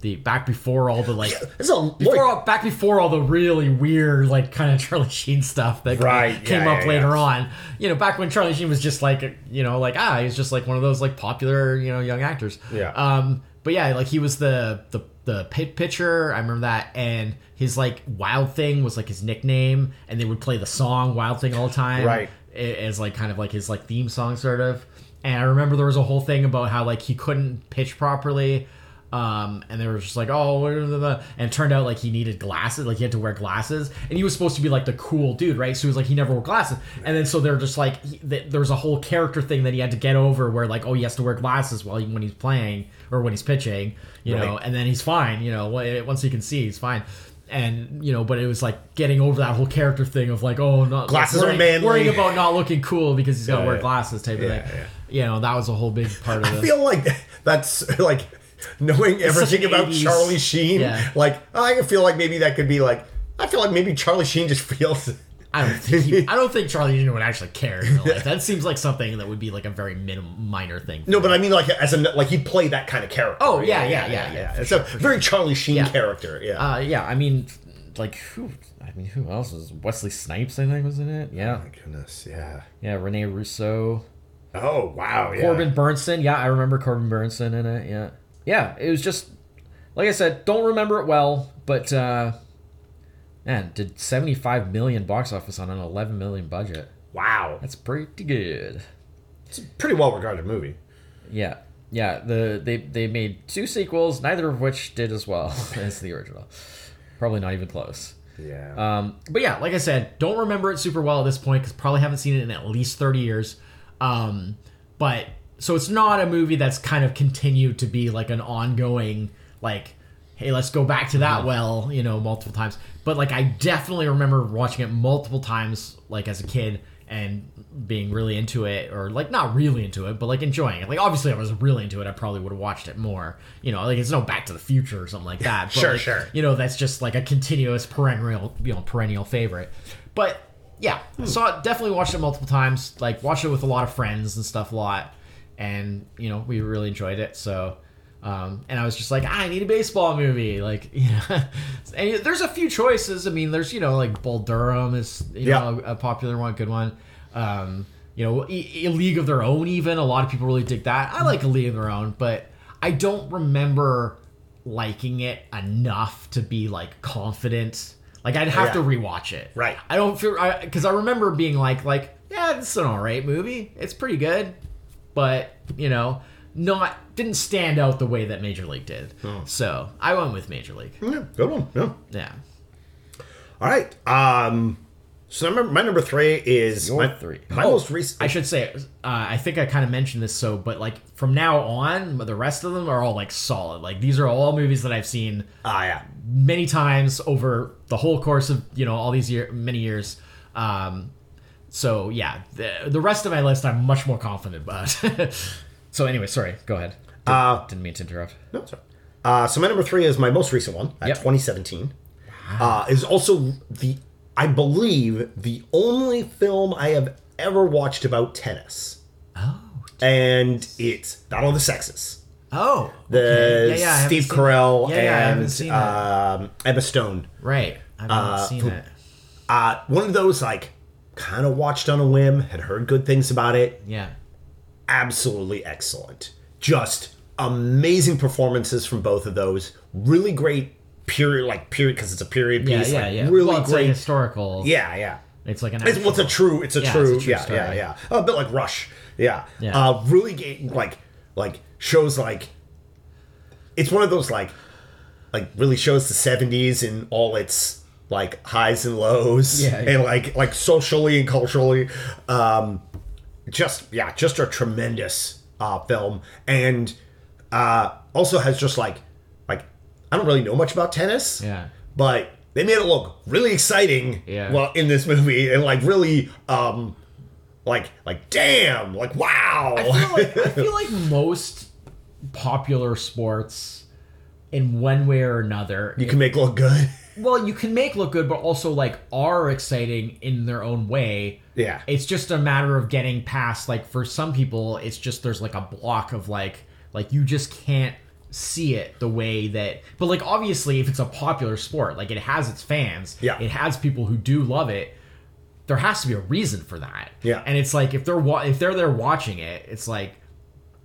S2: the back before all the like
S1: It's a like,
S2: before all, back before all the really weird like kind of Charlie Sheen stuff that
S1: Right,
S2: came
S1: yeah,
S2: up
S1: yeah,
S2: later
S1: yeah.
S2: on. You know, back when Charlie Sheen was just like you know like ah he was just like one of those like popular you know young actors.
S1: Yeah.
S2: Um, but yeah, like he was the the the pit pitcher. I remember that, and his like Wild Thing was like his nickname, and they would play the song Wild Thing all the time.
S1: Right.
S2: a- As like kind of like his like theme song sort of. And I remember there was a whole thing about how like he couldn't pitch properly. Um, and they were just like, oh, blah, blah, blah," and it turned out like he needed glasses, like he had to wear glasses, and he was supposed to be like the cool dude, right? So he was like, he never wore glasses, and then so they're just like, he, th- there was a whole character thing that he had to get over, where like, oh, he has to wear glasses while he, when he's playing or when he's pitching, you know,
S1: Right.
S2: and then he's fine, you know, wh- once he can see, he's fine, and you know, but it was like getting over that whole character thing of like, oh, not
S1: Glasses are
S2: like, worrying,
S1: manly.
S2: worrying about Oh, not looking cool because he's got to
S1: Yeah,
S2: wear
S1: yeah.
S2: glasses type
S1: Yeah,
S2: of thing,
S1: yeah.
S2: you know, that was a whole big part of
S1: I
S2: it.
S1: feel like that's like knowing everything
S2: an
S1: about
S2: 80s.
S1: Charlie Sheen.
S2: Yeah.
S1: Like I feel like maybe that could be like I feel like maybe Charlie Sheen just feels.
S2: I don't think he, I don't think Charlie Sheen would actually care. In real life. That seems like something that would be like a very minim, minor thing.
S1: No, but I mean, like as a like he played that kind of character.
S2: Oh, yeah, yeah, yeah, yeah, for
S1: It's a very Charlie Sheen
S2: Yeah.
S1: character. Yeah,
S2: uh, yeah, I mean, like who? I mean, who else is Wesley Snipes? I think was in it. Yeah,
S1: my goodness, yeah.
S2: yeah, Rene Russo,
S1: Oh wow, yeah.
S2: Corbin Burnson. Yeah, I remember Corbin Burnson in it. Yeah, yeah, it was just like I said, don't remember it well, but uh, man, did seventy five million box office on an eleven million budget.
S1: Wow,
S2: That's pretty good.
S1: it's a pretty well regarded movie.
S2: Yeah, yeah. The they they made two sequels, neither of which did as well as the original. Probably not even close.
S1: Yeah.
S2: Um, but yeah, like I said, don't remember it super well at this point because probably haven't seen it in at least thirty years. Um, but so it's not a movie that's kind of continued to be like an ongoing like. Hey, let's go back to
S1: Mm-hmm.
S2: that well, you know, multiple times. But like, I definitely remember watching it multiple times, like as a kid, and being really into it or like not really into it but like enjoying it like obviously if i was really into it i probably would have watched it more you know like it's no back to the future or something like that but
S1: Sure,
S2: like,
S1: sure.
S2: you know that's just like a continuous perennial you know perennial favorite but yeah so I definitely watched it multiple times like watched it with a lot of friends and stuff a lot and you know we really enjoyed it so um, and I was just like, I need a baseball movie. Like, you know, and there's a few choices. I mean, there's, you know, like Bull Durham is, you
S1: Yeah.
S2: know, a a popular one, good one. Um, you know, a, a League of Their Own. Even a lot of people really dig that. I like a League of Their Own, but I don't remember liking it enough to be like confident. Like I'd have
S1: Yeah.
S2: to rewatch it.
S1: Right.
S2: I don't feel because I, remember being like, like, yeah, it's an alright movie. It's pretty good, but you know, not didn't stand out the way that Major League did.
S1: Oh.
S2: So I went with Major League.
S1: yeah, good one. Yeah.
S2: Yeah.
S1: All right. Um. So number, my number three is
S2: Your
S1: my,
S2: three.
S1: My
S2: Oh,
S1: most recent.
S2: I should say, uh, I think I kind of mentioned this, so, but like from now on, the rest of them are all like solid. Like these are all movies that I've seen
S1: Ah, yeah.
S2: many times over the whole course of you know all these year many years. Um, So yeah, the, the rest of my list I'm much more confident about. so anyway, sorry. Go ahead. Didn't,
S1: Uh,
S2: didn't mean to interrupt.
S1: No, it's all right. Uh, so my number three is my most recent one at
S2: Yep.
S1: 2017. Uh, is also the I believe the only film I have ever watched about tennis,
S2: Oh.
S1: and it's Battle of the Sexes.
S2: Oh.
S1: The
S2: okay. Yeah, yeah, I haven't
S1: Steve
S2: seen-
S1: Carell
S2: Yeah, yeah, I haven't
S1: and
S2: seen that.
S1: um, Emma Stone.
S2: Right. I haven't seen
S1: who-
S2: it.
S1: Uh, one of those like kind of watched on a whim, had heard good things about it,
S2: Yeah.
S1: absolutely excellent. Just amazing performances from both of those. Really great period, like period, because it's a period
S2: Yeah,
S1: piece.
S2: yeah,
S1: like,
S2: yeah.
S1: Really
S2: Well, it's a
S1: great.
S2: historical.
S1: yeah, yeah.
S2: It's like an.
S1: It's, well, it's a
S2: actual-
S1: true. It's a
S2: Yeah, it's a
S1: true.
S2: true
S1: yeah,
S2: story.
S1: yeah, yeah. Oh, A bit like Rush. Yeah.
S2: Yeah.
S1: Uh, really, ga- like, like shows like. It's one of those like, like really shows the '70s in all its like highs and lows,
S2: Yeah, yeah.
S1: and like like socially and culturally, um, just yeah, just a tremendous uh, film, and uh, also has just like like I don't really know much about tennis,
S2: Yeah.
S1: but they made it look really exciting
S2: Yeah.
S1: well in this movie and like really um like like damn like wow
S2: I feel like, I feel like most popular sports, in one way or another,
S1: you can make it look good
S2: well, you can make look good, but also like are exciting in their own way.
S1: yeah
S2: It's just a matter of getting past. Like for some people, it's just there's like a block of like like you just can't see it the way that. But like obviously, if it's a popular sport, like it has its fans.
S1: Yeah.
S2: It has people who do love it. There has to be a reason for that.
S1: Yeah.
S2: And it's like if they're wa- if they're there watching it, it's like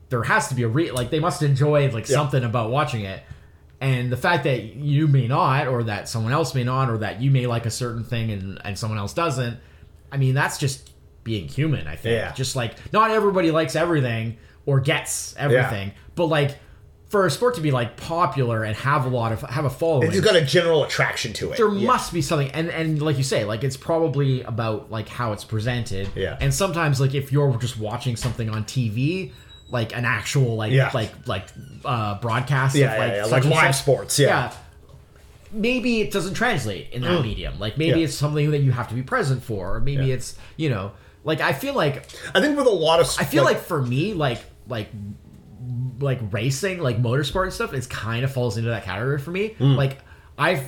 S2: there has to be a re like they must enjoy like something about watching it and the fact that you may not or that someone else may not or that you may like a certain thing and and someone else doesn't i mean that's just being human i think
S1: Yeah.
S2: just like not everybody likes everything or gets everything but like for a sport to be like popular and have a lot of have a following
S1: it's got a general attraction to it
S2: there must be something and and like you say like it's probably about like how it's presented
S1: Yeah.
S2: and sometimes like if you're just watching something on tv like an actual like
S1: Yeah.
S2: like like uh broadcast
S1: Yeah,
S2: of,
S1: yeah,
S2: like,
S1: yeah,
S2: such
S1: like
S2: and
S1: live
S2: such.
S1: sports, yeah. Mm.
S2: maybe it doesn't translate in that medium like maybe
S1: Yeah.
S2: it's something that you have to be present for or maybe
S1: Yeah.
S2: it's you know like i feel like
S1: i think with a lot of
S2: I feel like, for me, like like like racing, like motorsport and stuff, is kind of falls into that category for me. Like I've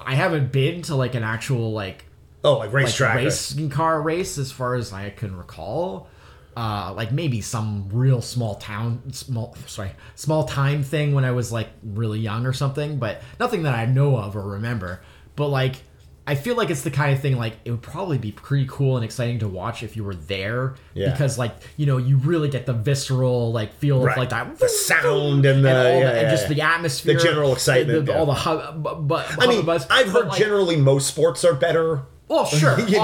S2: I haven't been to like an actual like
S1: oh like
S2: like
S1: racetrack race.
S2: racing car race as far as I can recall. Uh, like maybe some real small town, small sorry, small time thing when I was like really young or something, but nothing that I know of or remember. But like, I feel like it's the kind of thing like it would probably be pretty cool and exciting to watch if you were there
S1: Yeah.
S2: because like you know you really get the visceral like feel
S1: Right.
S2: of like that
S1: The sound and the- yeah,
S2: all that- and
S1: yeah,
S2: just
S1: yeah.
S2: the atmosphere,
S1: general excitement,
S2: the- all
S1: yeah.
S2: the hub, bu- bu-
S1: i mean
S2: hubbubs.
S1: i've
S2: But,
S1: heard
S2: like,
S1: generally most sports are better
S2: well, sure,
S1: You know?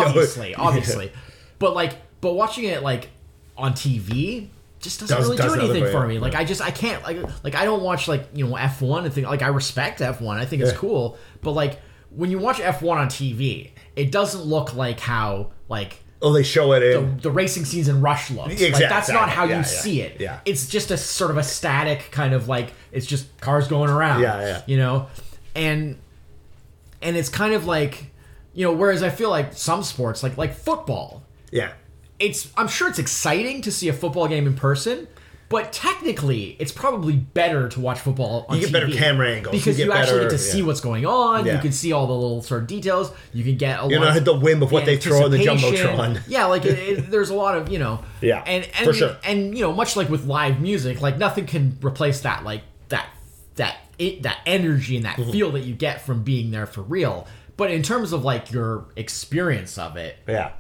S2: obviously,
S1: Yeah.
S2: obviously, but like, but watching it like on TV just doesn't
S1: Does-
S2: really
S1: does
S2: do
S1: another
S2: anything
S1: way,
S2: for
S1: yeah.
S2: me. Like, I just I can't like like I don't watch like you know F one and things. Like, I respect F one. I think it's
S1: Yeah.
S2: cool, but like when you watch F one on TV, it doesn't look like how like
S1: oh they show it in
S2: the racing scenes in Rush looks.
S1: Exact-
S2: Like that's not how
S1: yeah,
S2: you
S1: yeah,
S2: see it.
S1: yeah.
S2: It's just a sort of a static kind of like it's just cars going around.
S1: Yeah, yeah.
S2: You know? And and it's kind of like you know, whereas I feel like some sports, like like football,
S1: yeah
S2: it's I'm sure it's exciting to see a football game in person, but technically it's probably better to watch football on
S1: You get
S2: TV
S1: better camera angles. You
S2: because
S1: get
S2: you, actually
S1: better-
S2: get to see
S1: yeah.
S2: what's going on.
S1: Yeah.
S2: You can see all the little sort of details. You can get a
S1: you
S2: lot
S1: know hit the whim of what they throw in the
S2: anticipation.
S1: jumbotron
S2: Yeah, like it, it, there's a lot of you know.
S1: Yeah,
S2: and and,
S1: for sure.
S2: and you know, much like with live music, like nothing can replace that, like that that it, that energy and that
S1: Mm-hmm.
S2: feel that you get from being there for real. But in terms of like your experience of it,
S1: yeah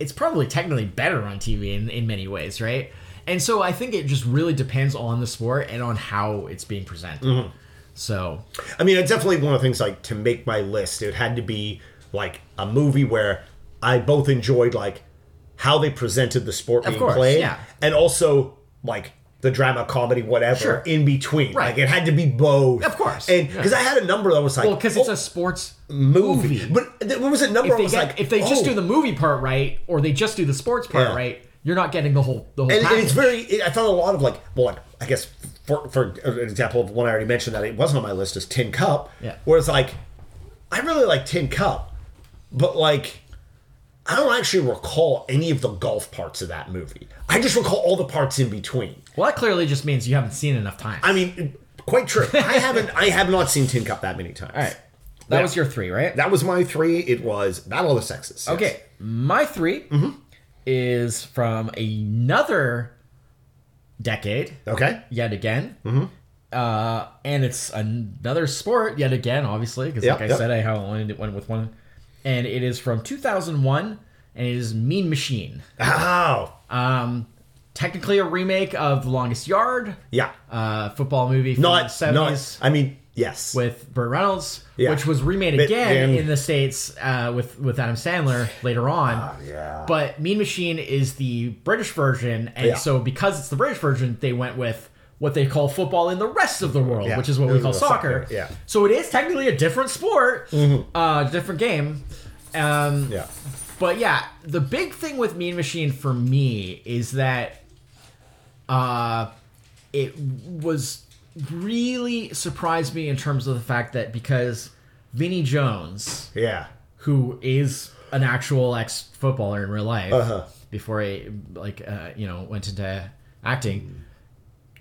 S2: it's probably technically better on TV in, in many ways, right? And so I think it just really depends on the sport and on how it's being presented.
S1: Mm-hmm.
S2: So
S1: I mean, it's definitely one of the things like to make my list. It had to be like a movie where I both enjoyed like how they presented the sport being
S2: course,
S1: played,
S2: yeah.
S1: and also like the drama, comedy, whatever
S2: Sure.
S1: in between.
S2: Right.
S1: Like it had to be both,
S2: Of course,
S1: And because I had a number that was like,
S2: well, because it's
S1: oh,
S2: a sports
S1: movie.
S2: movie.
S1: but there was a number
S2: if
S1: I
S2: they,
S1: was
S2: get-
S1: like,
S2: if they just
S1: oh.
S2: do the movie part right, or they just do the sports part
S1: Yeah.
S2: right, you're not getting the whole the whole.
S1: and, and it's
S2: package.
S1: very. It, I found a lot of like, well, like, I guess for for an example of one I already mentioned that it wasn't on my list is Tin Cup.
S2: Yeah.
S1: Where it's like, I really like Tin Cup, but like, I don't actually recall any of the golf parts of that movie. I just recall all the parts in between.
S2: Well, that clearly just means you haven't seen enough time.
S1: I mean, quite true. I haven't. I have not seen Tin Cup that many times.
S2: All right. That
S1: Yeah.
S2: was your three, right?
S1: That was my three. It was Battle of the Sexes. yes. Mm-hmm.
S2: Okay, my 3 is from another decade,
S1: Okay.
S2: yet again.
S1: Mm-hmm.
S2: Uh, and it's another sport, yet again, obviously, because
S1: Yep,
S2: like I
S1: yep.
S2: said, I have only did one with one. And it is from 2001, and it is Mean Machine.
S1: Oh.
S2: Um, technically a remake of The Longest Yard,
S1: Yeah.
S2: uh, football movie from
S1: Not.
S2: the 70s
S1: Not. I mean, yes.
S2: with Burt Reynolds,
S1: Yeah.
S2: which was remade
S1: But
S2: again
S1: then-
S2: in the states uh, with with Adam Sandler later on.
S1: Ah, yeah.
S2: But Mean Machine is the British version, and
S1: Yeah.
S2: so because it's the British version, they went with what they call football in the rest of the world,
S1: Yeah.
S2: which is what we
S1: Those
S2: call
S1: are the
S2: soccer.
S1: soccer, yeah. Mm-hmm.
S2: So it is technically a different sport, uh, different game. Um,
S1: yeah.
S2: but yeah, the big thing with Mean Machine for me is that uh it was really surprised me in terms of the fact that because Vinnie Jones,
S1: Yeah.
S2: who is an actual ex footballer in real life, before he like uh, you know went into acting,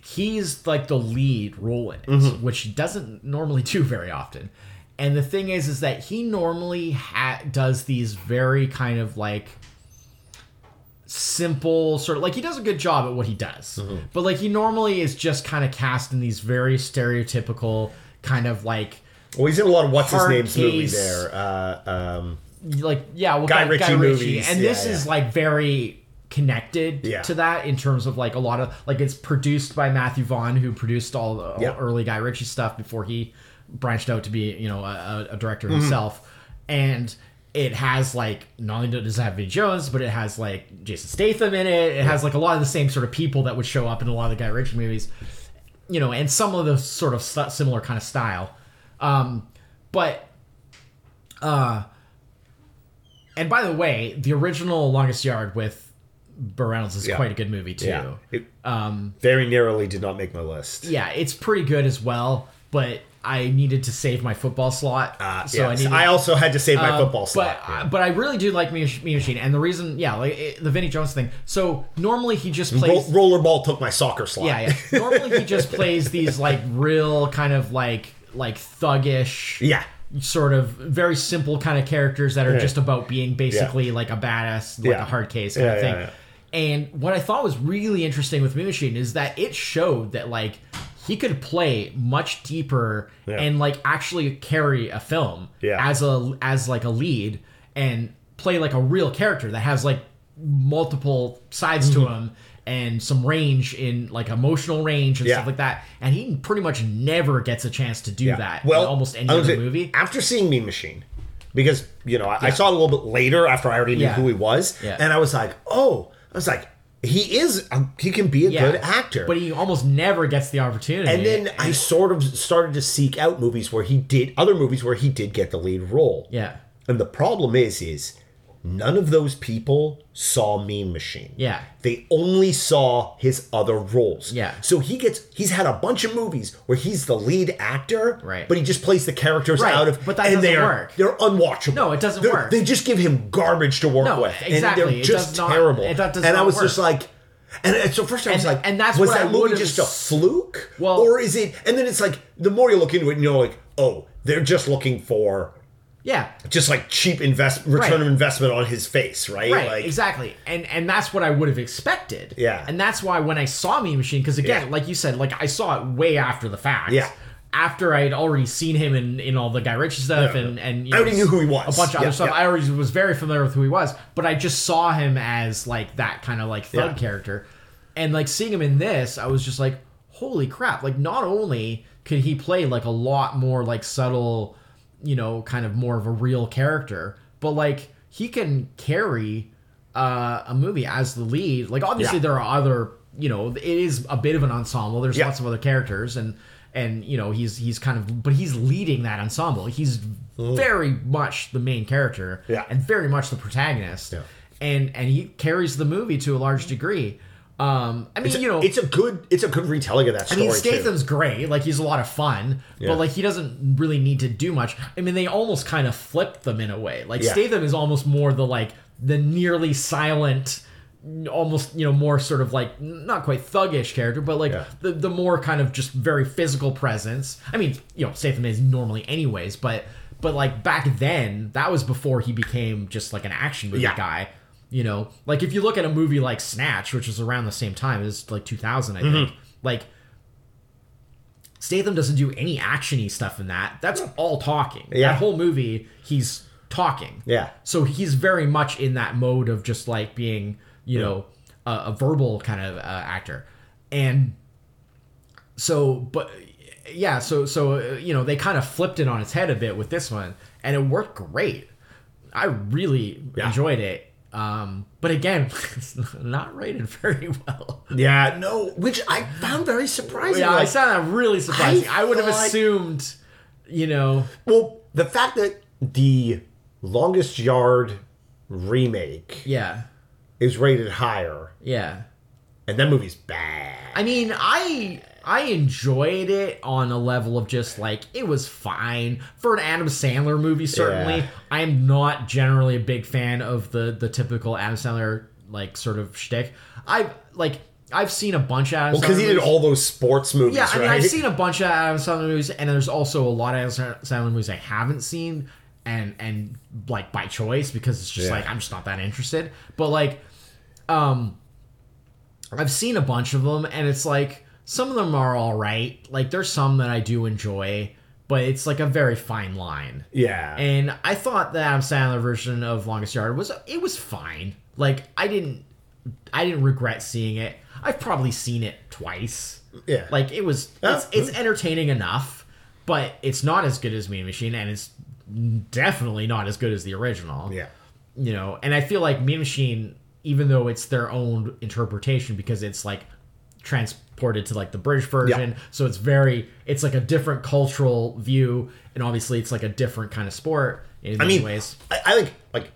S2: he's like the lead role in it, which he doesn't normally do very often. And the thing is, is that he normally ha- does these very kind of like simple sort of like he does a good job at what he does, but like he normally is just kind of cast in these very stereotypical kind of like
S1: Well, he's in a lot of what's his
S2: Hard
S1: name's movie
S2: case.
S1: there. Uh, um,
S2: like yeah, well,
S1: Guy
S2: Guy, Guy
S1: Ritchie
S2: Ritchie,
S1: movies,
S2: and
S1: yeah,
S2: this is
S1: yeah.
S2: like very connected
S1: Yeah.
S2: to that in terms of like a lot of like it's produced by Matthew Vaughn, who produced all the
S1: Yeah.
S2: early Guy Ritchie stuff before he branched out to be you know a, a- a director
S1: Mm-hmm.
S2: himself, and. It has like not only does it have Vinny Jones, but it has like Jason Statham in it. It has like a lot of the same sort of people that would show up in a lot of the Guy Ritchie movies you know, and some of the sort of st- similar kind of style. Um, but, uh, and by the way, the original Longest Yard with Burt Reynolds is
S1: Yeah.
S2: quite a good movie too.
S1: yeah. It very narrowly did not make my list.
S2: Um, Yeah, it's pretty good as well. But I needed to save my football slot,
S1: Uh,
S2: so I
S1: yes.
S2: needed.
S1: I, also had to save my
S2: Um,
S1: football slot.
S2: But but I really do like Mean Mean Machine, and the reason, yeah, like it, the Vinnie Jones thing. So normally he just plays.
S1: Ro- rollerball took my soccer slot.
S2: Yeah, yeah. Normally he just plays these like real kind of like like thuggish,
S1: Yeah.
S2: sort of very simple kind of characters that are just about being basically like a badass, like
S1: Yeah.
S2: a hard case kind
S1: Yeah,
S2: of
S1: yeah,
S2: thing.
S1: yeah.
S2: And what I thought was really interesting with Mean Machine is that it showed that like he could play much deeper
S1: Yeah.
S2: and like actually carry a film
S1: Yeah.
S2: as a as like a lead and play like a real character that has like multiple sides to
S1: Mm-hmm.
S2: him and some range in like emotional range and
S1: Yeah.
S2: stuff like that. And he pretty much never gets a chance to do that in almost any
S1: I would
S2: other
S1: say,
S2: movie.
S1: After seeing Mean Machine, because you know I, I saw it a little bit later after I already knew
S2: Yeah.
S1: who he was,
S2: Yeah.
S1: and I was like, oh, I was like, he is um, he can be a
S2: Yeah.
S1: good actor.
S2: But he almost never gets the opportunity.
S1: and then I sort of started to seek out movies where he did other movies where he did get the lead role.
S2: Yeah.
S1: And the problem is, is none of those people saw Mean Machine.
S2: Yeah.
S1: They only saw his other roles.
S2: Yeah.
S1: So he gets he's had a bunch of movies where he's the lead actor,
S2: Right.
S1: But he just plays the characters
S2: Right,
S1: out of
S2: but that
S1: and they
S2: doesn't
S1: are,
S2: work.
S1: They're unwatchable.
S2: No, it doesn't
S1: They're-
S2: work.
S1: They just give him garbage to work
S2: No,
S1: with. And
S2: exactly.
S1: they're
S2: It
S1: just
S2: does not-
S1: terrible.
S2: it- that does
S1: and I
S2: not
S1: was just
S2: work.
S1: like and at- so first I was
S2: And-
S1: like,
S2: and that's
S1: was
S2: what I
S1: that movie
S2: would've
S1: just a
S2: s-
S1: fluke?
S2: Well-
S1: or is it? And then it's like the more you look into it, and you're like, oh, they're just looking for
S2: yeah.
S1: just like cheap invest return
S2: Right.
S1: of investment on his face, right?
S2: Right,
S1: like,
S2: exactly, and and that's what I would have expected.
S1: Yeah.
S2: and that's why when I saw Mean Machine, because again,
S1: Yeah.
S2: like you said, like I saw it way after the fact.
S1: Yeah.
S2: after I had already seen him in, in all the Guy Ritchie stuff,
S1: Yeah.
S2: and and you
S1: I already knew who he was.
S2: a bunch of
S1: Yeah,
S2: other stuff.
S1: yeah.
S2: I already was very familiar with who he was, but I just saw him as like that kind of like thug
S1: Yeah.
S2: character, and like seeing him in this, I was just like, holy crap! Like not only could he play like a lot more like subtle, you know, kind of more of a real character, but like he can carry uh, a movie as the lead. Like obviously
S1: Yeah.
S2: there are other, you know, it is a bit of an ensemble. There's
S1: Yeah.
S2: lots of other characters and and you know he's he's kind of but he's leading that ensemble. He's very much the main character
S1: Oh. Yeah.
S2: and very much the protagonist. And and he carries the movie to a large degree. Um, I mean,
S1: It's a,
S2: you know,
S1: it's a good it's a good retelling of that
S2: I
S1: story.
S2: mean,
S1: too.
S2: Statham's great. Like, he's a lot of fun,
S1: Yeah.
S2: but like, he doesn't really need to do much. I mean, they almost kind of flipped them in a way. Like,
S1: Yeah.
S2: Statham is almost more the like the nearly silent almost you know more sort of like not quite thuggish character but like
S1: Yeah.
S2: the, the more kind of just very physical presence i mean you know statham is normally anyways but but like back then that was before he became just like an action movie
S1: Yeah.
S2: guy you know like if you look at a movie like snatch which was around the same time it was like 2000
S1: Mm-hmm.
S2: i think like Statham doesn't do any actiony stuff in that. That's all talking.
S1: Yeah.
S2: That whole movie, he's talking.
S1: Yeah.
S2: So he's very much in that mode of just like being, you know, a, a verbal kind of uh, actor, and so, but yeah, so so uh, you know they kind of flipped it on its head a bit with this one, and it worked great. I really
S1: Yeah.
S2: enjoyed it. Um, but again, it's not rated very well.
S1: Yeah, no, which I found very surprising.
S2: Yeah, I
S1: Like,
S2: sound really surprising. I,
S1: I
S2: would have
S1: thought-
S2: assumed, you know,
S1: well, the fact that the longest yard remake
S2: yeah,
S1: is rated higher,
S2: yeah.
S1: and that movie's bad.
S2: I mean, I I enjoyed it on a level of just like it was fine for an Adam Sandler movie. Certainly,
S1: Yeah.
S2: I am not generally a big fan of the the typical Adam Sandler like sort of shtick. I like I've seen a bunch of Adam
S1: Because
S2: Sandler
S1: he did
S2: movies.
S1: all those sports movies,
S2: Yeah, I mean,
S1: right?
S2: I've seen a bunch of Adam Sandler movies, and there's also a lot of Adam Sandler movies I haven't seen, and and like by choice because it's just
S1: Yeah.
S2: like I'm just not that interested. But like, um, I've seen a bunch of them, and it's like some of them are all right. Like there's some that I do enjoy, but it's like a very fine line.
S1: yeah,
S2: And I thought the Adam Sandler version of Longest Yard was it was fine. Like I didn't I didn't regret seeing it. I've probably seen it twice.
S1: yeah,
S2: Like it was,
S1: Yeah.
S2: it's, it's entertaining enough, but it's not as good as Mean Machine, and it's definitely not as good as the original.
S1: yeah,
S2: you know, and I feel like Mean Machine, even though it's their own interpretation, because it's like transported to like the British version, so it's very, it's like a different cultural view, and obviously it's like a different kind of sport in
S1: I
S2: many
S1: mean,
S2: ways.
S1: I, I think like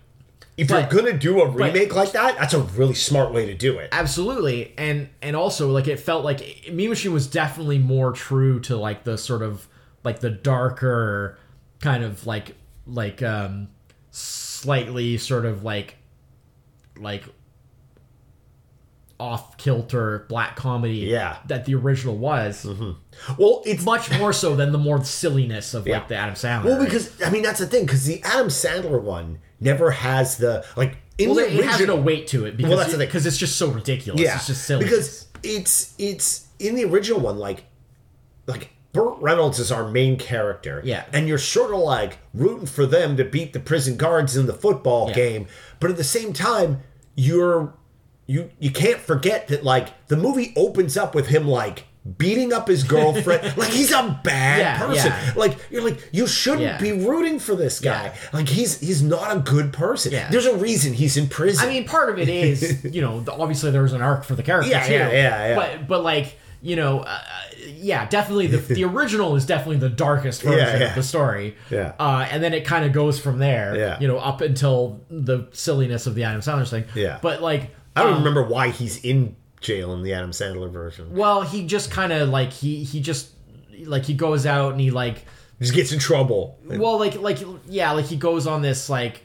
S1: if
S2: But-
S1: you're gonna do a remake like that, that's a really smart way to do it.
S2: absolutely and and also like it felt like me machine was definitely more true to like the sort of like the darker kind of like like um slightly sort of like like off kilter black comedy
S1: Yeah. Mm-hmm.
S2: that the original was
S1: Well, it's
S2: much more so than the more silliness of
S1: Yeah.
S2: like the adam sandler
S1: well
S2: right?
S1: because I mean that's the thing because the Adam Sandler one never has the like in
S2: well,
S1: the
S2: it, it has no
S1: original.
S2: weight to it because
S1: that's the thing.
S2: because it's just so ridiculous
S1: yeah,
S2: it's just silly
S1: because it's it's in the original one like like Burt Reynolds is our main character.
S2: Yeah.
S1: and you're sort of like rooting for them to beat the prison guards in the football
S2: Yeah.
S1: game, but at the same time you're you you can't forget that like the movie opens up with him like beating up his girlfriend like he's a bad
S2: Yeah,
S1: person
S2: yeah.
S1: like you're like you shouldn't
S2: Yeah.
S1: be rooting for this guy
S2: Yeah.
S1: like he's he's not a good person
S2: Yeah.
S1: there's a reason he's in prison
S2: I mean, part of it is, you know, the- obviously there was an arc for the character.
S1: Yeah,
S2: too.
S1: yeah, yeah, yeah.
S2: But but like you know, uh, yeah, definitely the the original is definitely the darkest version
S1: yeah.
S2: of the story.
S1: Yeah.
S2: Uh, and then it kind of goes from there.
S1: Yeah.
S2: You know, up until the silliness of the Adam Sandler thing.
S1: Yeah.
S2: But like.
S1: I don't
S2: um,
S1: remember why he's in jail in the Adam Sandler version.
S2: well, he just kind of like he he just like he goes out and he like
S1: He just gets in trouble.
S2: well like like yeah like he goes on this like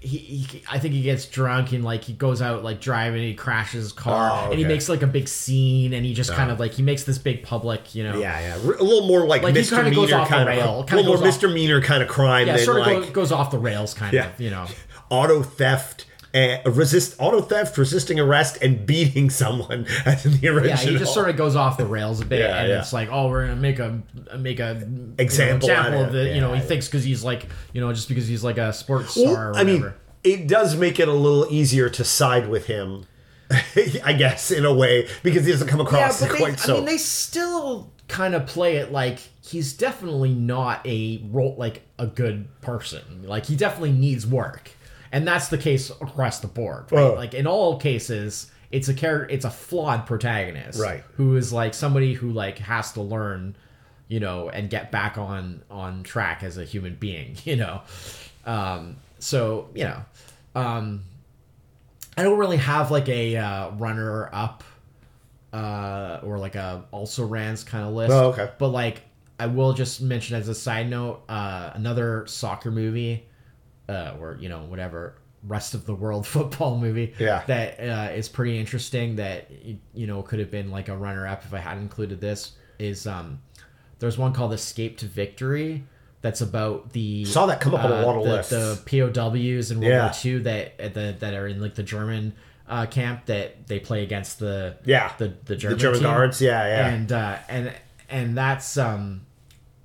S2: he, he i think he gets drunk and like he goes out like driving and he crashes his car
S1: Oh,
S2: and he
S1: okay.
S2: makes like a big scene and he just kind of like he makes this big public you know
S1: Yeah, yeah. R- A little more like,
S2: Like, he kinda goes
S1: misdemeanor
S2: off the
S1: kind of,
S2: rail,
S1: a
S2: kinda
S1: little more
S2: goes off-
S1: misdemeanor kind of crime
S2: yeah
S1: than
S2: sort of go-
S1: like
S2: goes, off the rails kind
S1: Yeah.
S2: of you know
S1: auto theft. And resist auto theft, resisting arrest, and beating someone as in the original.
S2: yeah he just sort of goes off the rails a bit
S1: Yeah,
S2: and
S1: yeah.
S2: it's like oh we're gonna make a make a
S1: Example
S2: you know,
S1: out
S2: example of
S1: of
S2: the
S1: it.
S2: you know
S1: Yeah,
S2: he
S1: yeah.
S2: thinks because he's like you know just because he's like a sports star or
S1: I
S2: whatever
S1: mean, it does make it a little easier to side with him, I guess, in a way, because he doesn't come across
S2: Yeah, but
S1: quite
S2: they,
S1: so.
S2: I mean, they still kind of play it like he's definitely not a role, like a good person. Like he definitely needs work, and that's the case across the board. Right?
S1: Oh.
S2: Like in all cases, it's a character, it's a flawed protagonist,
S1: Right.
S2: Who is like somebody who like has to learn, you know, and get back on on track as a human being, you know. Um, so you know, um, I don't really have like a uh, runner up uh, or like a also rans kind of list.
S1: Oh, okay.
S2: But like, I will just mention as a side note, uh, another soccer movie, uh, or you know whatever, rest of the world football movie
S1: Yeah.
S2: that uh, is pretty interesting that y- you know could have been like a runner up if I had included this is um there's one called Escape to Victory that's about the
S1: Saw that come up on a lot of
S2: Uh, the,
S1: lists.
S2: the POWs in World
S1: Yeah.
S2: War II that at the, that are in like the German uh, camp that they play against the
S1: Yeah.
S2: the the
S1: the
S2: German,
S1: German
S2: team.
S1: guards. Yeah, yeah.
S2: and uh, and and that's um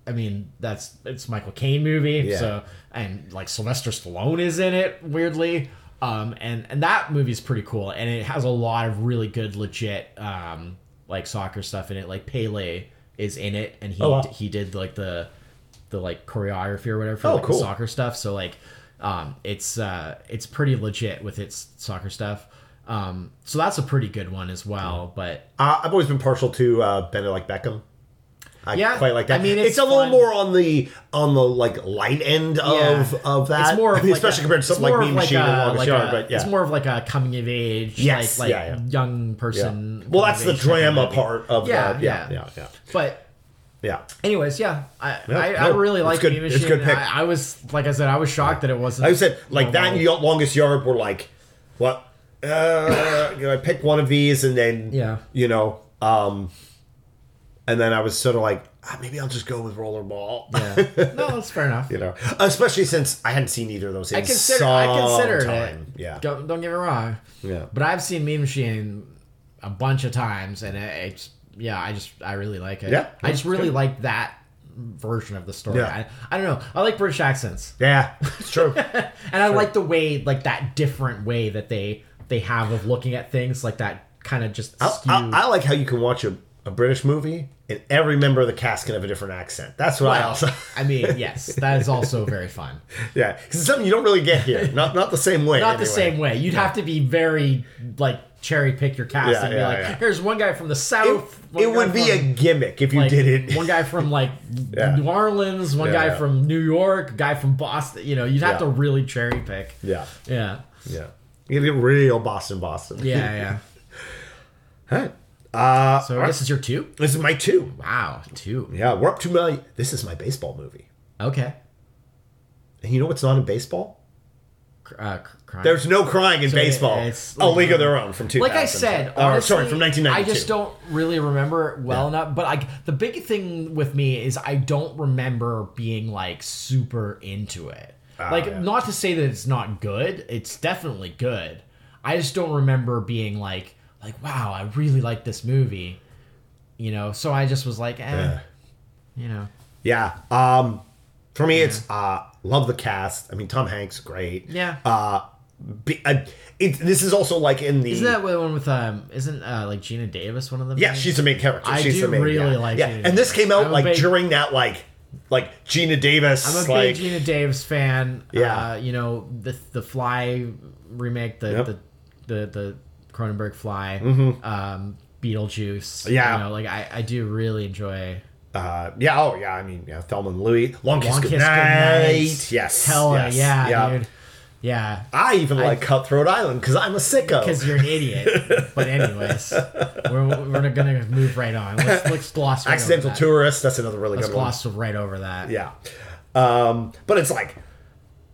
S2: I mean, that's it's a Michael Caine movie, so and like Sylvester Stallone is in it weirdly. Um, and and that movie's pretty cool, and it has a lot of really good legit um like soccer stuff in it. Like Pele is in it, and he
S1: Oh, wow.
S2: he did like the the like choreography or whatever for
S1: Oh,
S2: like,
S1: cool.
S2: the soccer stuff. So like, um, it's uh it's pretty legit with its soccer stuff. Um, so that's a pretty good one as well, but
S1: Uh, I've always been partial to uh, Benedict Beckham. I
S2: Yeah,
S1: quite like that.
S2: I mean, it's
S1: a little
S2: fun.
S1: more on the on the like light end of
S2: Yeah.
S1: of that.
S2: It's more of
S1: I mean,
S2: like
S1: especially
S2: a-
S1: compared to
S2: it's
S1: something like
S2: more
S1: Mean
S2: of
S1: Machine and
S2: a-
S1: Longest
S2: like
S1: Yard.
S2: a-
S1: But yeah,
S2: It's more of like a coming of age,
S1: Yes,
S2: like, like
S1: yeah, yeah.
S2: young
S1: yeah.
S2: person.
S1: well,
S2: coming
S1: that's
S2: of
S1: the
S2: age type of
S1: drama
S2: movie.
S1: part of
S2: Yeah,
S1: the,
S2: yeah,
S1: yeah, yeah,
S2: But
S1: yeah,
S2: anyways, yeah, I
S1: Yeah,
S2: I, I
S1: no,
S2: really
S1: it's
S2: like
S1: good-
S2: Mean
S1: it's
S2: Machine.
S1: good pick.
S2: I, I was like I said, I was shocked that it wasn't.
S1: Like I said, like that
S2: normal.
S1: and Yo- Longest Yard were like, what? Uh, you know, I picked one of these, and then
S2: Yeah.
S1: you know, um, and then I was sort of like, ah, maybe I'll just go with Rollerball.
S2: yeah. No, that's fair enough.
S1: you know, especially since I hadn't seen either of those. In
S2: I consider I considered
S1: time.
S2: it.
S1: Yeah,
S2: Don't, don't get me wrong.
S1: Yeah.
S2: But I've seen Mean Machine a bunch of times, and it, it's yeah, I just I really like it.
S1: Yeah,
S2: I just
S1: yeah,
S2: really like that version of the story.
S1: Yeah.
S2: I, I don't know. I like British accents,
S1: yeah, it's true.
S2: and I like the way like that different way that they they have of looking at things, like that kind of just
S1: I,
S2: skewed.
S1: I, I like how you can watch a, a British movie and every member of the cast can have a different accent. That's what I
S2: well,
S1: also.
S2: I mean, yes, that is also very fun.
S1: Yeah, 'cause it's something you don't really get here. Not not the same way.
S2: Not the
S1: anyway.
S2: same way. You'd have to be very like cherry pick your cast
S1: Yeah,
S2: and be
S1: yeah,
S2: like,
S1: yeah.
S2: here's one guy from the
S1: It,
S2: south. one
S1: it
S2: guy
S1: would be
S2: from-
S1: a gimmick if you
S2: like,
S1: did it.
S2: one guy from like
S1: Yeah.
S2: New Orleans, one
S1: Yeah,
S2: guy
S1: yeah.
S2: from New York, a guy from Boston. You know, you'd have
S1: Yeah.
S2: to really cherry pick.
S1: yeah,
S2: Yeah.
S1: yeah. You gotta get real Boston, Boston.
S2: Yeah, yeah.
S1: All right. Uh,
S2: So this is your two?
S1: this is my two.
S2: Wow, two.
S1: Yeah, we're up to my. This is my baseball movie.
S2: Okay.
S1: And you know what's not in baseball?
S2: Cr- Uh, cr- crime.
S1: There's no crying in
S2: So
S1: baseball.
S2: it's
S1: a
S2: like-
S1: League of Their Own from 2000.
S2: like I said,
S1: Or,
S2: honestly,
S1: Oh, sorry, from 1992.
S2: I just don't really remember it well enough. But like the big thing with me is I don't remember being like super into it. like
S1: Ah, yeah.
S2: not to say that it's not good. It's definitely good. I just don't remember being like like wow, I really like this movie. You know, so I just was like, eh,
S1: Yeah.
S2: you know,
S1: Yeah. Um, for me, it's uh, love the cast. I mean, Tom Hanks, great.
S2: yeah.
S1: Uh, be, uh, it, this is also like in the.
S2: isn't that the one with um? Isn't uh like Gina Davis one of them?
S1: yeah, she's the main character.
S2: I
S1: she's
S2: do
S1: the main,
S2: really
S1: yeah.
S2: like
S1: Yeah,
S2: Gina
S1: and this
S2: Davis.
S1: came out
S2: I'm a
S1: like
S2: big-
S1: during that like, like Gina Davis.
S2: I'm a big
S1: like,
S2: Gina Davis fan.
S1: Yeah.
S2: uh, you know the the Fly remake, the
S1: Yep. Mm-hmm.
S2: the, the the Cronenberg Fly, um, Beetlejuice.
S1: Yeah.
S2: you know, like I, I do really enjoy.
S1: Uh, yeah. Oh, yeah. I mean, yeah. Thelma and Louie. Long kiss,
S2: Long Kiss
S1: goodnight.
S2: Goodnight.
S1: Yes.
S2: Hell
S1: yes,
S2: yeah,
S1: yeah.
S2: dude, yeah,
S1: I even like Cutthroat Island because I'm a sicko.
S2: because you're an idiot. but anyways, we're we're gonna move right on. Let's, let's gloss right
S1: Accidental
S2: over that.
S1: Tourist. That's another really
S2: Let's
S1: good one.
S2: gloss right over that.
S1: Yeah. Um, but it's like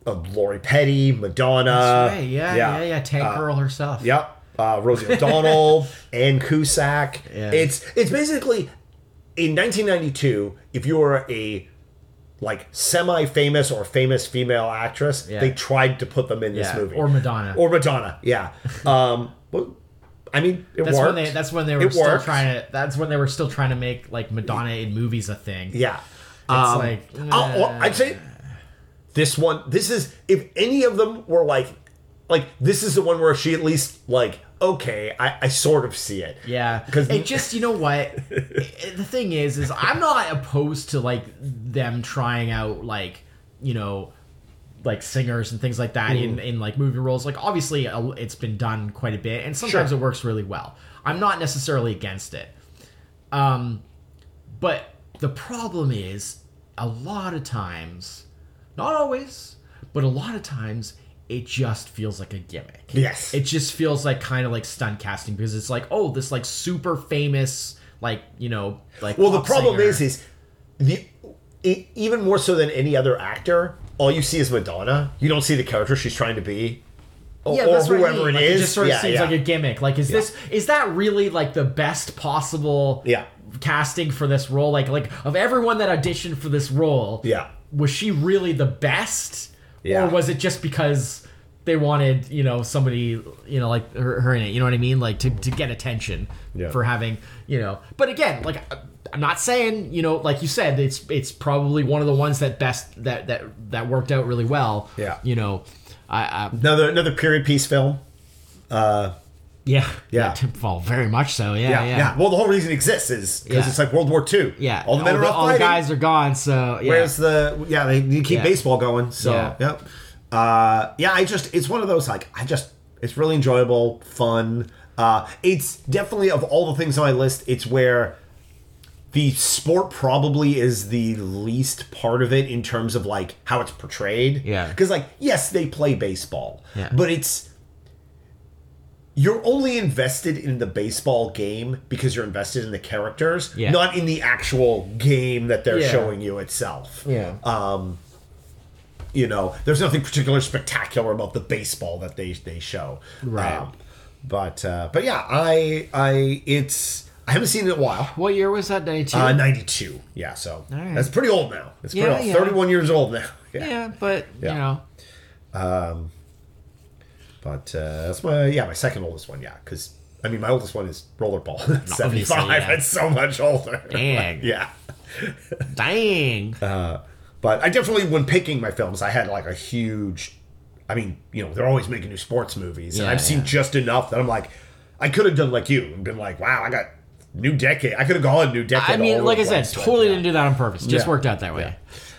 S1: uh, Lori Petty, Madonna. Uh,
S2: That's right. Yeah, yeah, yeah. Tank Girl herself.
S1: Yep. Uh, Rosie O'Donnell, Anne Cusack.
S2: Yeah.
S1: It's it's basically in 1992. If you were a like semi-famous or famous female actress,
S2: Yeah.
S1: they tried to put them in this
S2: Yeah,
S1: movie
S2: or Madonna.
S1: Or Madonna. Yeah. um, well, I mean, it
S2: That's
S1: worked.
S2: when they. That's when they were
S1: It
S2: still
S1: worked.
S2: trying to. That's when they were still trying to make like Madonna in movies a thing.
S1: Yeah.
S2: It's
S1: Um,
S2: like,
S1: I'll-
S2: uh,
S1: I'd say this one. This is if any of them were like, like this is the one where she at least like okay, I, I sort of see it.
S2: Yeah,
S1: 'Cause-
S2: it just you know what the thing is is I'm not opposed to like them trying out like you know like singers and things like that in
S1: Mm-hmm.
S2: in like movie roles. Like obviously uh, it's been done quite a bit, and sometimes
S1: Sure.
S2: it works really well. I'm not necessarily against it, um, but the problem is a lot of times, not always, but a lot of times. It just feels like a gimmick.
S1: Yes.
S2: It just feels like kind of like stunt casting because it's like, oh, this like super famous, like you know, like.
S1: Well, the
S2: pop
S1: problem
S2: singer.
S1: is, is the e- even more so than any other actor, all you see is Madonna. You don't see the character she's trying to be. or,
S2: yeah,
S1: or
S2: that's what I
S1: whoever
S2: mean.
S1: it
S2: like,
S1: is.
S2: It just sort of
S1: yeah,
S2: seems
S1: yeah.
S2: like a gimmick. Like, is this is that really like the best possible
S1: Yeah.
S2: casting for this role? Like, like of everyone that auditioned for this role,
S1: Yeah.
S2: was she really the best,
S1: Yeah.
S2: or was it just because they wanted you know somebody you know like her, her in it? You know what I mean? Like to to get attention
S1: Yeah.
S2: for having you know. But again, like. I'm not saying, you know, like you said, it's it's probably one of the ones that best that that that worked out really well.
S1: Yeah.
S2: You know, I, I
S1: another another period piece film.
S2: Yeah.
S1: Yeah.
S2: Well, very much so. Yeah.
S1: Yeah,
S2: Yeah.
S1: yeah. Well, the whole reason it exists is because
S2: Yeah.
S1: it's like World War II.
S2: Yeah.
S1: all the men are off
S2: all the
S1: fighting.
S2: guys are gone. So yeah.
S1: Where's the yeah? They you keep
S2: Yeah.
S1: baseball going. So
S2: Yeah.
S1: yep. Uh, yeah, I just it's one of those like I just it's really enjoyable, fun. Uh, it's definitely of all the things on my list, it's where the sport probably is the least part of it in terms of like how it's portrayed.
S2: Yeah.
S1: because like yes, they play baseball,
S2: Yeah.
S1: but it's you're only invested in the baseball game because you're invested in the characters,
S2: Yeah.
S1: not in the actual game that they're
S2: Yeah.
S1: showing you itself.
S2: yeah.
S1: You know, there's nothing particularly spectacular about the baseball that they they show. Um,
S2: Right.
S1: but uh, but yeah, I I it's I haven't seen it in a while.
S2: what year was that? 92?
S1: Uh, 92. Yeah, so
S2: right.
S1: that's pretty old now. It's pretty
S2: Yeah,
S1: old.
S2: yeah.
S1: 31 years old now.
S2: yeah. But,
S1: Yeah.
S2: you know,
S1: But uh, that's my yeah my second oldest one yeah because I mean my oldest one is rollerball That's seventy
S2: Obviously,
S1: five
S2: yeah.
S1: that's so much older
S2: Dang.
S1: yeah
S2: dang.
S1: Uh, but I definitely when picking my films I had like a huge I mean you know they're always making new sports movies and
S2: Yeah,
S1: I've seen
S2: yeah.
S1: just enough that I'm like I could have done like you and been like wow I got new decade I could have gone new decade
S2: I mean,
S1: all
S2: like I
S1: over the
S2: said,
S1: place, but,
S2: totally
S1: yeah.
S2: didn't do that on purpose. Just
S1: Yeah. Uh,
S2: worked out that way.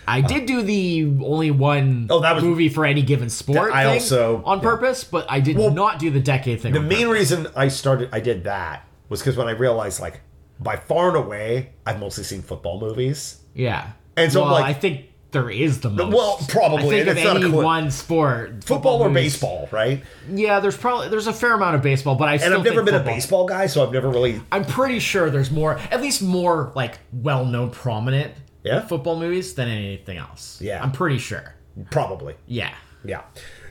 S2: I did do the only one
S1: Oh, that was-
S2: movie for any given sport.
S1: I
S2: thing
S1: also-
S2: on purpose, but I did not do the decade thing.
S1: The main reason I started, I did that was because when I realized, like, by far and away, I've mostly seen football movies.
S2: yeah.
S1: And so I'm
S2: well,
S1: like-
S2: I think there is the most.
S1: well, probably,
S2: I think
S1: and
S2: of
S1: it's not a
S2: any
S1: clue.
S2: one sport,
S1: Football or
S2: movies-
S1: baseball, right?
S2: Yeah, there's probably there's a fair amount of baseball, but I
S1: And
S2: still
S1: I've never
S2: think
S1: been a
S2: football.
S1: baseball guy, so I've never really.
S2: I'm pretty sure there's more, at least more like well-known, prominent
S1: Yeah?
S2: football movies than anything else.
S1: Yeah.
S2: I'm pretty sure.
S1: Probably.
S2: Yeah,
S1: Yeah.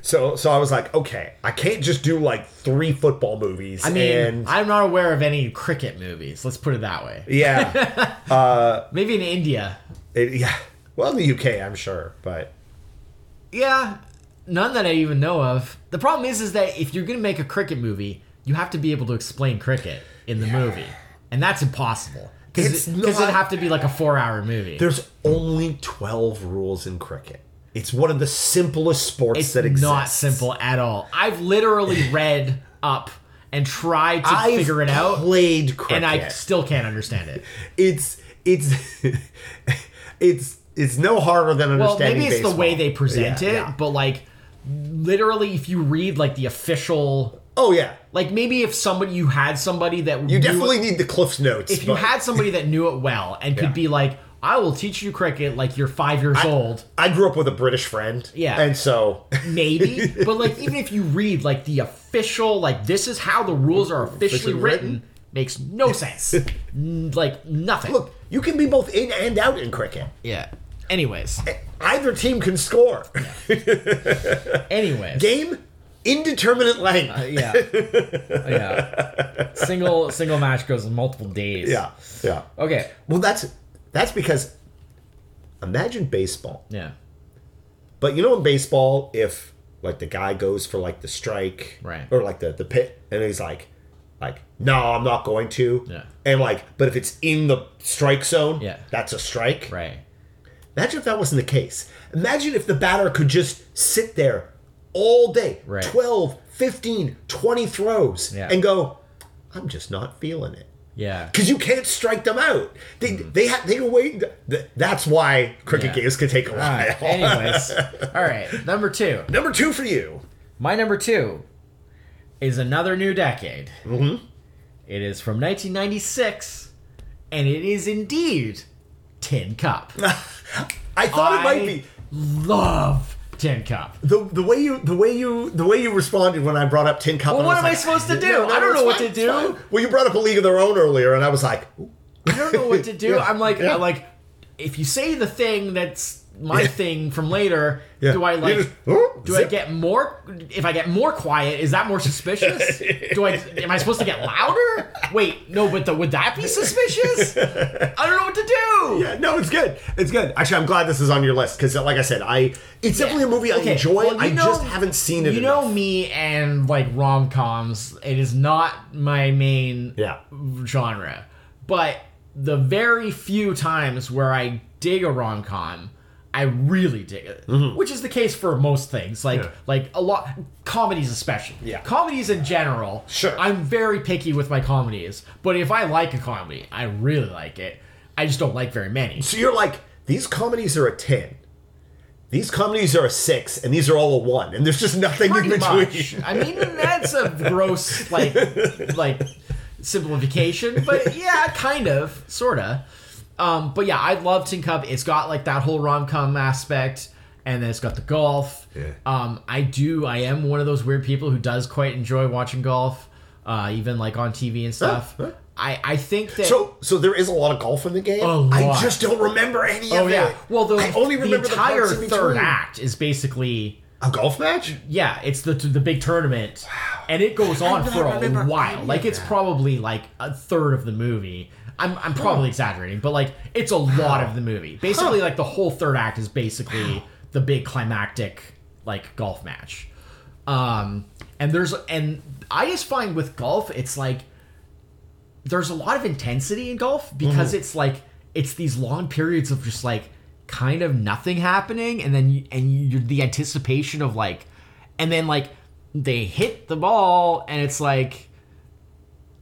S1: So so I was like, okay, I can't just do like three football movies.
S2: I mean,
S1: and
S2: I'm not aware of any cricket movies. Let's put it that way.
S1: yeah,
S2: Maybe in India.
S1: It- yeah. Well, in the UK, I'm sure, but
S2: Yeah, none that I even know of. The problem is, is that if you're gonna make a cricket movie, you have to be able to explain cricket in the movie, and that's impossible
S1: It's
S2: because it, 'cause
S1: not-
S2: it'd have to be like a four-hour movie.
S1: there's only twelve rules in cricket. It's one of the simplest sports
S2: It's
S1: that exists.
S2: not simple at all. I've literally read up and tried to
S1: I
S2: figure it out,
S1: Played cricket,
S2: and I still can't understand it.
S1: it's it's it's it's no harder than
S2: Well,
S1: understanding.
S2: maybe it's
S1: baseball.
S2: the way they present
S1: Yeah,
S2: it,
S1: yeah.
S2: but like literally, if you read like the official,
S1: Oh yeah,
S2: like maybe if somebody you had somebody that
S1: you definitely need the Cliff's notes.
S2: if you
S1: but
S2: had somebody that knew it well and could
S1: Yeah.
S2: be like, I will teach you cricket like you're five years old.
S1: I grew up with a British friend.
S2: Yeah.
S1: and so
S2: maybe but like even if you read like the official like this is how the rules are officially
S1: Officially
S2: written,
S1: written.
S2: makes no sense N- like nothing
S1: look, you can be both in and out in cricket.
S2: yeah anyways
S1: Either team can score.
S2: anyways
S1: Game indeterminate length.
S2: yeah yeah single single match goes multiple days
S1: yeah, yeah.
S2: okay
S1: Well, that's that's because imagine baseball.
S2: yeah
S1: But you know, in baseball, if like the guy goes for like the strike,
S2: Right.
S1: or like the the pit, and he's like, like, no, I'm not going to,
S2: Yeah.
S1: and like, but if it's in the strike zone,
S2: Yeah.
S1: that's a strike.
S2: right
S1: Imagine if that wasn't the case. Imagine if the batter could just sit there all day,
S2: Right.
S1: 12, 15, 20 throws,
S2: Yeah.
S1: and go, I'm just not feeling it.
S2: yeah
S1: Because you can't strike them out. They they ha- they were waiting. to- th- that's why cricket
S2: Hmm. Yeah.
S1: games can take a while.
S2: Alright, anyways all right number two
S1: Number two for you.
S2: My number two is another new decade. Mm-hmm. is from 1996, and it is indeed Tin Cup.
S1: I thought it might be
S2: love Tin Cup.
S1: the the way you the way you the way you responded when I brought up Tin Cup.
S2: Well,
S1: and
S2: what
S1: was
S2: am I
S1: like,
S2: supposed to do?
S1: no, no,
S2: I don't
S1: it's
S2: know what
S1: fine,
S2: to
S1: it's
S2: do.
S1: fine. Well, you brought up a League of Their Own earlier, and I was like, ooh,
S2: I don't know what to do.
S1: Yeah.
S2: I'm like,
S1: Yeah.
S2: I'm like, if you say the thing that's my thing from later.
S1: Yeah.
S2: Do I
S1: You
S2: like?
S1: just, oh,
S2: do I
S1: zip.
S2: get more? If I get more quiet, is that more suspicious? do I? Am I supposed to get louder? Wait, no. But the, would that be suspicious? I don't know what to do.
S1: Yeah, no, it's good. It's good. Actually, I'm glad this is on your list because, like I said, I it's definitely a movie I
S2: Okay,
S1: enjoy.
S2: well, you
S1: I
S2: know-
S1: just haven't seen it.
S2: You know
S1: enough.
S2: me and like rom coms. It is not my main
S1: yeah,
S2: genre. But the very few times where I dig a rom com, I really dig it, which is the case for most things. Like
S1: Mm-hmm. Yeah.
S2: like a lot comedies especially.
S1: Yeah.
S2: comedies in general.
S1: Sure.
S2: I'm very picky with my comedies, but if I like a comedy, I really like it. I just don't like very many.
S1: so you're like these comedies are a ten, these comedies are a six, and these are all a one, and there's just nothing in
S2: Pretty
S1: between.
S2: much. I mean, that's a gross like like simplification, but yeah, kind of, sorta. Um, but yeah, I love Tin Cup. It's got like that whole rom com aspect, and then it's got the golf.
S1: Yeah.
S2: Um, I do. I am one of those weird people who does quite enjoy watching golf, uh, even like on TV and stuff.
S1: huh.
S2: I I think that.
S1: So, so there is a lot of golf in the game.
S2: A lot.
S1: I just don't remember any
S2: oh
S1: of
S2: yeah.
S1: it.
S2: Well, the,
S1: I only
S2: the
S1: remember
S2: entire
S1: parts in
S2: third
S1: between.
S2: act is basically
S1: A golf match?
S2: Yeah, it's the the big tournament, and it goes on
S1: did I
S2: for
S1: remember
S2: a while.
S1: any of
S2: Like it's
S1: that?
S2: probably like a third of the movie. I'm I'm probably exaggerating, but like it's a lot of the movie. Basically, like the whole third act is basically the big climactic like golf match. Um, and there's and I just find with golf, it's like there's a lot of intensity in golf because it's like it's these long periods of just like kind of nothing happening and then you, and you, the anticipation of like and then like they hit the ball and it's like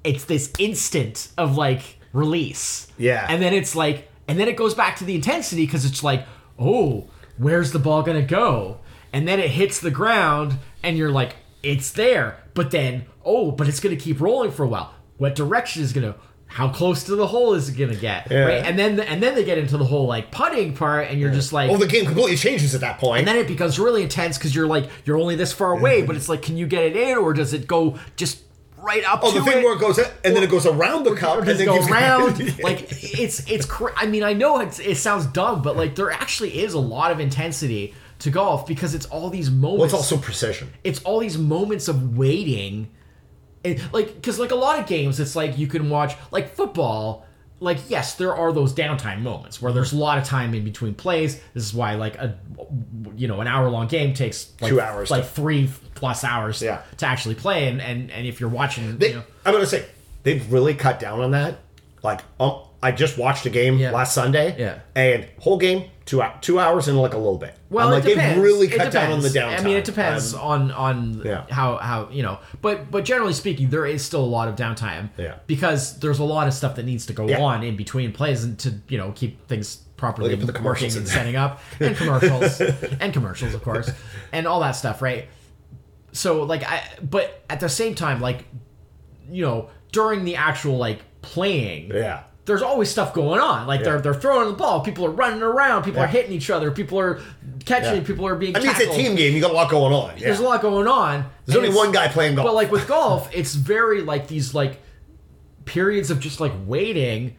S2: it's this instant of like release
S1: Yeah.
S2: and then it's like and then it goes back to the intensity because it's like oh where's the ball gonna go and then it hits the ground and you're like it's there but then oh but it's gonna keep rolling for a while what direction is gonna how close to the hole is it gonna get
S1: Yeah.
S2: right and then and then they get into the whole like putting part and you're just like
S1: Oh, the game completely changes at that point.
S2: and then it becomes really intense because you're like you're only this far away but it's like can you get it in or does it go just right up
S1: oh,
S2: to
S1: the thing
S2: it?
S1: where it goes in, and then it goes around the cup, and
S2: Just
S1: then
S2: go
S1: keeps going.
S2: around. like it's it's. Cr- I mean, I know it's, it sounds dumb, but like there actually is a lot of intensity to golf because it's all these moments.
S1: well, it's also precision.
S2: it's all these moments of waiting, and like because like a lot of games, it's like you can watch like football. Like yes, there are those downtime moments where there's a lot of time in between plays. This is why like a you know an hour long game takes like,
S1: Two hours
S2: like
S1: to-
S2: three plus hours
S1: Yeah.
S2: to actually play. And and and if you're watching,
S1: They,
S2: you know,
S1: I'm gonna say they've really cut down on that. Like, um, I just watched a game
S2: Yeah.
S1: last Sunday,
S2: Yeah.
S1: and whole game two hou- two hours and like a little bit.
S2: Well,
S1: I'm like
S2: it depends.
S1: they've really
S2: It
S1: cut down on the downtime.
S2: depends. I mean, it depends
S1: Um,
S2: on on
S1: Yeah.
S2: how how you know, but but generally speaking, there is still a lot of downtime.
S1: Yeah.
S2: Because there's a lot of stuff that needs to go
S1: Yeah.
S2: on in between plays and to you know keep things properly
S1: Like, put the commercials
S2: working and
S1: in there.
S2: setting up and commercials and commercials of course and all that stuff right. So like I but at the same time like you know during the actual like playing
S1: Um, yeah,
S2: there's always stuff going on. Like they're
S1: Yeah.
S2: they're throwing the ball, people are running around, people are
S1: Yeah.
S2: hitting each other, people are catching,
S1: Yeah.
S2: people are being.
S1: I mean, it's a
S2: tackled.
S1: team game. You got a lot going on. Yeah.
S2: There's a lot going on.
S1: There's
S2: and
S1: only
S2: it's-
S1: one guy playing golf.
S2: But like with golf, it's very like these like periods of just like waiting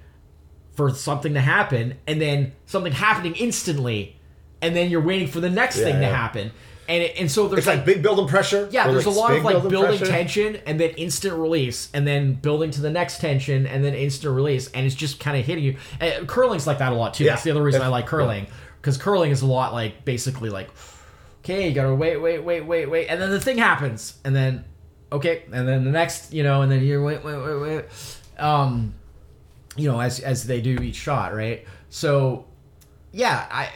S2: for something to happen, and then something happening instantly, and then you're waiting for the next thing to
S1: yeah.
S2: happen, and it, and so there's
S1: it's like big building pressure.
S2: yeah, there's
S1: release,
S2: a lot
S1: big
S2: of like building
S1: pressure.
S2: tension and then instant release, and then building to the next tension and then instant release, and it's just kind of hitting you. And curling's like that a lot too.
S1: Yeah.
S2: That's the other reason I
S1: That's-
S2: like curling because curling is a lot like basically like, okay, you gotta wait, wait, wait, wait, wait, and then the thing happens, and then okay, and then the next, you know, and then you wait, wait, wait, wait, um, you know, as as they do each shot, right? So, yeah, I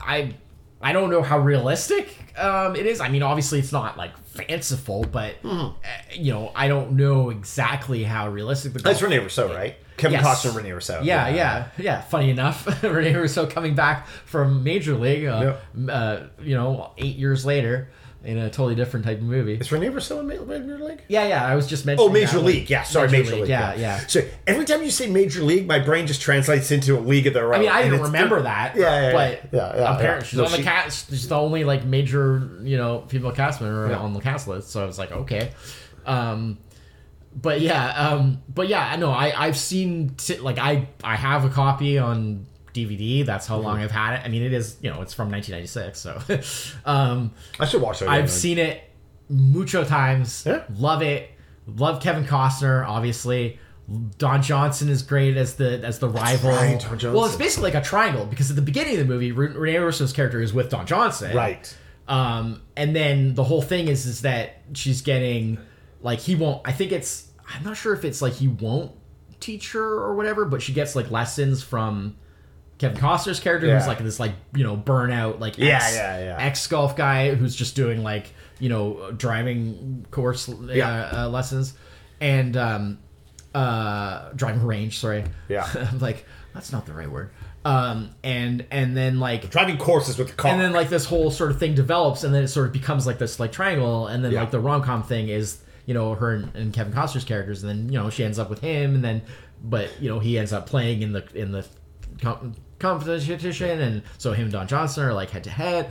S2: I I don't know how realistic um, it is. I mean, obviously it's not like fanciful, but
S1: Mm-hmm.
S2: uh, you know, I don't know exactly how realistic the
S1: That's
S2: golf-
S1: Rene Rousseau, right? Kevin
S2: Yes.
S1: Costner, Rene Rousseau.
S2: Yeah, yeah, yeah. Funny enough, Rene Russo coming back from Major League, uh, uh, you know, eight years later in a totally different type of movie.
S1: Is Rene Rousseau in Ma- Major League?
S2: Yeah, yeah. I was just mentioning.
S1: Oh, Major
S2: that, like,
S1: League. Yeah, sorry, Major, League.
S2: Yeah, yeah.
S1: So every time you say Major League, my brain just translates into a league of their own.
S2: I mean, I
S1: and
S2: didn't
S1: it's-
S2: remember that.
S1: Yeah, yeah, yeah.
S2: but
S1: Yeah, yeah,
S2: apparently
S1: yeah.
S2: she's
S1: No,
S2: on the
S1: she-
S2: cast. She's the only like major, you know, female cast member
S1: Yeah.
S2: on the cast list. So I was like, okay, um, but yeah, um, but yeah, I know I I've seen t- like I I have a copy on DVD. That's
S1: Mm-hmm.
S2: how long I've had it. I mean, it is you know it's from 1996, so um,
S1: I should watch that. again.
S2: I've seen it mucho times.
S1: Yeah.
S2: Love it. Love Kevin Costner, obviously. Don Johnson is great as the as the rival.
S1: right, Don Johnson.
S2: Well, it's basically like a triangle because at the beginning of the movie, Ren- Rene Russo's character is with Don Johnson,
S1: Right.
S2: Um, and then the whole thing is is that she's getting like he won't. I think it's I'm not sure if it's like he won't teach her or whatever, but she gets like lessons from Kevin Costner's character, who's
S1: Yeah.
S2: like this like you know burnout like
S1: Yeah,
S2: ex,
S1: yeah, yeah.
S2: ex golf guy who's just doing like you know driving course uh,
S1: Yeah.
S2: uh, lessons and um, uh, driving range. Sorry,
S1: Yeah.
S2: I'm like that's not the right word. Um, and and then like
S1: Driving courses with the car.
S2: and then like this whole sort of thing develops and then it sort of becomes like this like triangle and then
S1: Yeah.
S2: like the rom-com thing is you know her and, and kevin costner's characters and then you know she ends up with him and then but you know he ends up playing in the in the com- competition and so him and don johnson are like head to head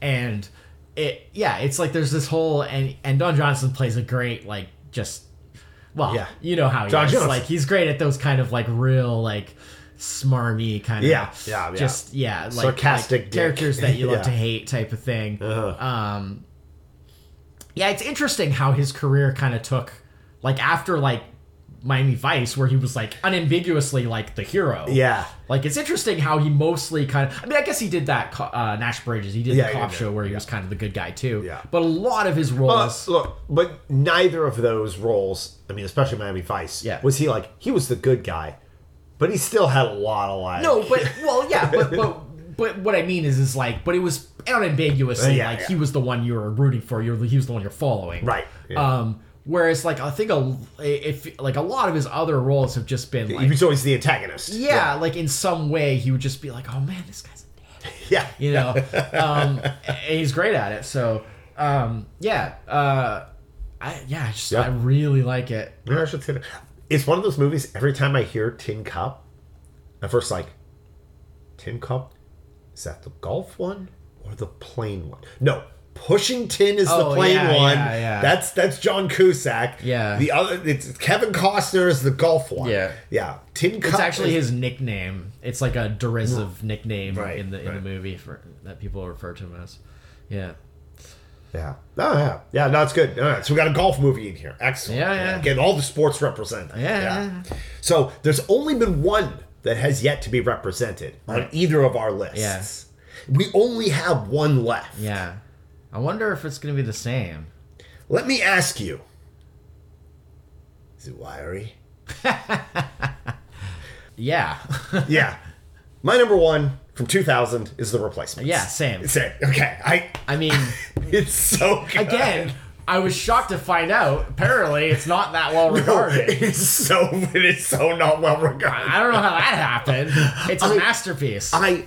S2: and it yeah it's like there's this whole and and don johnson plays a great like just well
S1: Yeah.
S2: you know how he
S1: Don
S2: is
S1: Johnson.
S2: like he's great at those kind of like real like smarmy kind of
S1: Yeah, yeah, yeah.
S2: just yeah like
S1: Sarcastic
S2: like
S1: dick.
S2: characters that you love
S1: Yeah.
S2: to hate type of thing. Um, yeah, it's interesting how his career kind of took like after like Miami Vice, where he was like unambiguously like the hero.
S1: yeah.
S2: Like it's interesting how he mostly kind of. I mean, I guess he did that. co- Uh, Nash Bridges, he did
S1: Yeah,
S2: the
S1: he
S2: cop
S1: did.
S2: show where he was kind of the good guy too.
S1: Yeah.
S2: But a lot of his roles,
S1: Uh, look, but neither of those roles, I mean, especially Miami Vice,
S2: Yeah.
S1: was he like, he was the good guy, but he still had a lot of like.
S2: No, but well, yeah, but but but what I mean is, is like, but it was unambiguously
S1: Yeah,
S2: like
S1: yeah.
S2: he was the one you were rooting for. You're he was the one you're following,
S1: Right, yeah.
S2: Um, whereas like I think a if like a lot of his other roles have just been
S1: he
S2: like,
S1: was always the antagonist.
S2: yeah, like in some way he would just be like, oh man, this guy's a dick
S1: Yeah.
S2: you know um and he's great at it so um yeah uh i yeah I just
S1: Yeah.
S2: i really like it
S1: Maybe I should say that. It's one of those movies, every time I hear Tin Cup, I'm first like, Tin Cup? Is that the golf one or the plain one? No. Pushing Tin is
S2: Oh,
S1: the plain
S2: yeah,
S1: one.
S2: yeah, yeah.
S1: That's that's John Cusack.
S2: Yeah.
S1: The other it's Kevin Costner is the golf one.
S2: Yeah.
S1: Yeah. Tin Cup
S2: it's actually
S1: is-
S2: his nickname it's like a derisive nickname
S1: Right,
S2: in the in the
S1: right.
S2: movie for that people refer to him as yeah
S1: Yeah. Oh yeah. Yeah, no, it's good. All right. So we got a golf movie in here. Excellent.
S2: Yeah, yeah.
S1: Again, all the sports represented.
S2: Yeah, yeah,
S1: So there's only been one that has yet to be represented on either of our lists. We only have one left.
S2: yeah i wonder if it's gonna be the same
S1: Let me ask you. Is it wiry?
S2: yeah
S1: yeah. My number one from 2000 is the replacement.
S2: yeah same
S1: Same. Okay. I.
S2: i mean
S1: It's so good.
S2: again i was shocked to find out apparently it's not that well regarded
S1: It's so. It is so not well regarded.
S2: i don't know how that happened it's a masterpiece
S1: I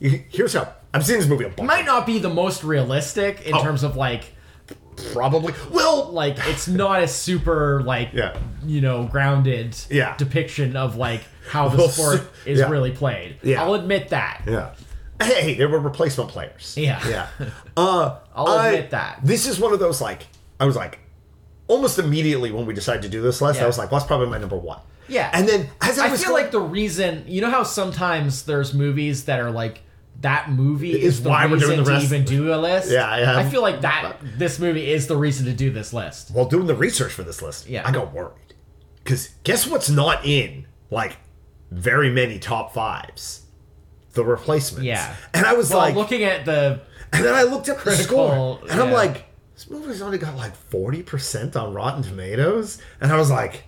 S1: here's how I've seen this movie a bunch.
S2: might not be the most realistic in terms of like
S1: Oh. probably well,
S2: like it's not a super like
S1: Yeah.
S2: you know grounded
S1: Yeah.
S2: depiction of like how the
S1: Well,
S2: sport
S1: su-
S2: is
S1: yeah.
S2: really played.
S1: Yeah.
S2: I'll admit that.
S1: yeah. Hey, there were replacement players.
S2: Yeah.
S1: yeah. Uh,
S2: I'll
S1: I-
S2: admit that.
S1: This is one of those like I was like almost immediately when we decided to do this list,
S2: Yeah.
S1: I was like, well, that's probably my number one.
S2: Yeah.
S1: And then as I,
S2: I
S1: was
S2: feel
S1: going-
S2: like the reason you know how sometimes there's movies that are like that movie
S1: is
S2: is the
S1: why we're
S2: reason
S1: doing the
S2: to
S1: rest-
S2: even do a list.
S1: Yeah, yeah.
S2: I feel like that this movie is the reason to do this list.
S1: while doing the research for this list,
S2: Yeah.
S1: I got worried because guess what's not in like very many top fives. The replacements.
S2: Yeah.
S1: And I was
S2: Well,
S1: like,
S2: looking at the
S1: And then I looked up the
S2: Critical,
S1: score, and I'm
S2: yeah.
S1: like, this movie's only got like 40% on Rotten Tomatoes, and I was like,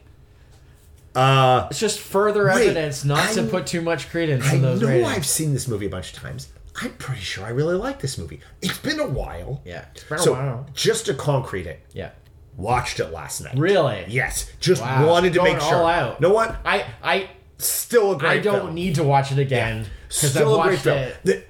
S1: uh,
S2: it's just further
S1: Wait,
S2: evidence not to
S1: I-
S2: put too much credence
S1: I
S2: in
S1: know
S2: those ratings.
S1: I've seen this movie a bunch of times. I'm pretty sure I really like this movie. It's been a while.
S2: Yeah, it's been a
S1: so
S2: while.
S1: just to concrete it,
S2: Yeah.
S1: watched it last night.
S2: Really?
S1: Yes, just
S2: Wow.
S1: wanted to
S2: Going
S1: make sure.
S2: all out.
S1: You know what?
S2: I I
S1: Still a great.
S2: I don't
S1: film.
S2: need to watch it again because I've
S1: Still a great
S2: watched
S1: film.
S2: it.
S1: The-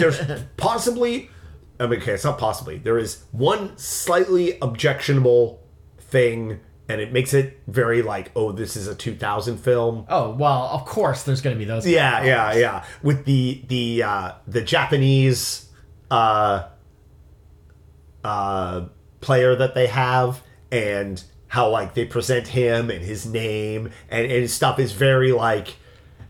S1: There's possibly, I mean, okay, it's not possibly. There is one slightly objectionable thing, and it makes it very like, oh, this is a 2000 film.
S2: Oh well, of course there's gonna be those.
S1: Yeah, yeah, yeah. With the the uh, the Japanese uh, uh, player that they have, and how like they present him and his name and, and stuff is very like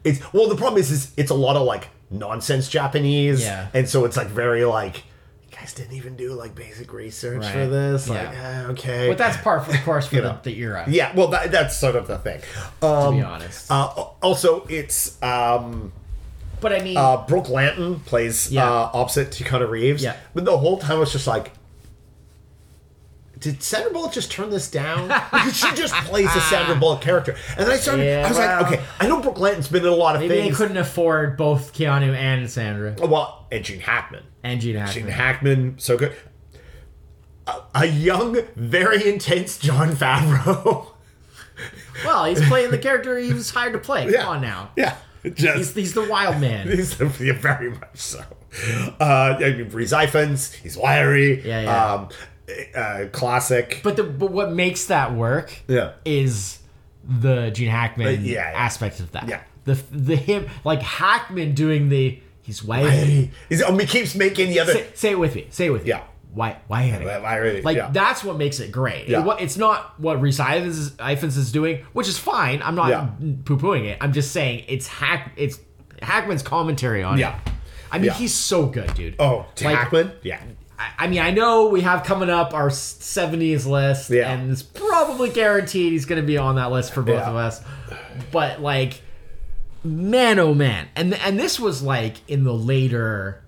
S1: It's well, the problem is, is it's a lot of like nonsense Japanese,
S2: Yeah.
S1: and so it's like very like you guys didn't even do like basic research for
S2: Right.
S1: this. Like,
S2: Yeah.
S1: eh, okay,
S2: But that's part of course for
S1: know.
S2: the, the era.
S1: yeah. Well, that, that's sort of the thing.
S2: To
S1: Um,
S2: be honest,
S1: uh, also, it's um,
S2: but I mean,
S1: uh, Brooke Lanton plays
S2: Yeah.
S1: uh, opposite Tiana Reeves.
S2: Yeah.
S1: But the whole time I was just like, did Sandra Bullock just turn this down? Because she just plays a Sandra Bullock character. And then I started,
S2: Yeah,
S1: I was
S2: well.
S1: like, okay, I know Brooke Lanton's been in a lot of
S2: maybe they
S1: things. Oh,
S2: couldn't afford both Keanu and Sandra
S1: well, and Gene Hackman.
S2: and Gene Hackman.
S1: Gene Hackman, so good. A, a young, very intense John Favreau.
S2: Well, he's playing the character he was hired to play. Come on now,
S1: Yeah. Just.
S2: he's he's the wild man.
S1: He's yeah, very much so. Uh, I mean, Reese Ifans, he's wiry.
S2: Yeah, yeah.
S1: Um, uh, classic.
S2: But the but what makes that work
S1: yeah, Uh,
S2: is the Gene Hackman
S1: yeah, yeah.
S2: aspect of that.
S1: Yeah.
S2: The the him like Hackman doing the he's wiry.
S1: Hey, he's, um, he keeps making the other.
S2: say, say it with me. Say it with me.
S1: Yeah.
S2: Why wiry.
S1: Uh, wiry,
S2: Like
S1: yeah.
S2: that's what makes it great. It
S1: Yeah.
S2: wa- it's not what Reese Ifans is, Ifans is doing, which is fine. I'm not
S1: Yeah.
S2: poo pooing it. I'm just saying it's hack. It's Hackman's commentary on
S1: Yeah.
S2: it. I mean,
S1: Yeah.
S2: he's so good, dude.
S1: oh,
S2: Like,
S1: Hackman. Yeah,
S2: I- I mean, I know we have coming up our 70s list,
S1: Yeah.
S2: and it's probably guaranteed he's going to be on that list for both
S1: Yeah.
S2: of us. But like, man, oh man, and and this was like in the later,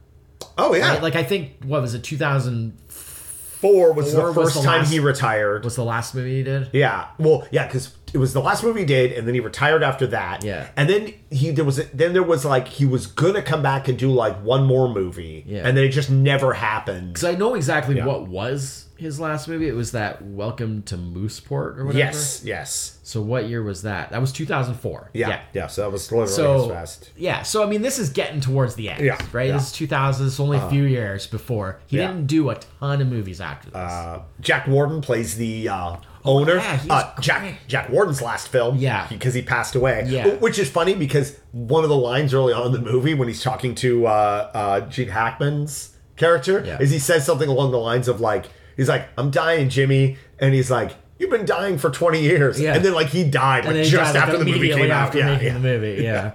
S1: Oh yeah.
S2: right? like I think what was it, 2000
S1: four was
S2: Four
S1: the
S2: was
S1: first
S2: the
S1: time
S2: last-
S1: he retired.
S2: was the last movie he did?
S1: yeah. Well, yeah, because it was the last movie he did, and then he retired after that.
S2: Yeah.
S1: And then he there was a- then there was like he was gonna come back and do like one more movie.
S2: Yeah.
S1: And then it just never happened.
S2: Because I know exactly what was his last movie. It was that Welcome to Mooseport or whatever.
S1: Yes. Yes.
S2: So what year was that? That was 2004.
S1: Yeah. Yeah. So that was literally his
S2: so
S1: fast.
S2: yeah so i mean this is getting towards the end
S1: Yeah,
S2: right
S1: yeah. Uh-huh.
S2: this is 2000 it's only a few years before he
S1: yeah.
S2: didn't do a ton of movies after this
S1: Uh, Jack Warden plays the uh, owner.
S2: yeah, he's
S1: uh, Jack
S2: great.
S1: Jack Warden's last film.
S2: Yeah.
S1: because he passed away.
S2: Yeah.
S1: which is funny because one of the lines early on in the movie when he's talking to uh, uh, Gene Hackman's character
S2: Yeah.
S1: is he says something along the lines of like he's like I'm dying, Jimmy, and he's like you've been dying for 20 years,
S2: Yeah.
S1: and then like he died like,
S2: And then he
S1: just
S2: died, like,
S1: after the movie
S2: immediately
S1: came out.
S2: after
S1: Yeah,
S2: making
S1: yeah.
S2: the movie yeah,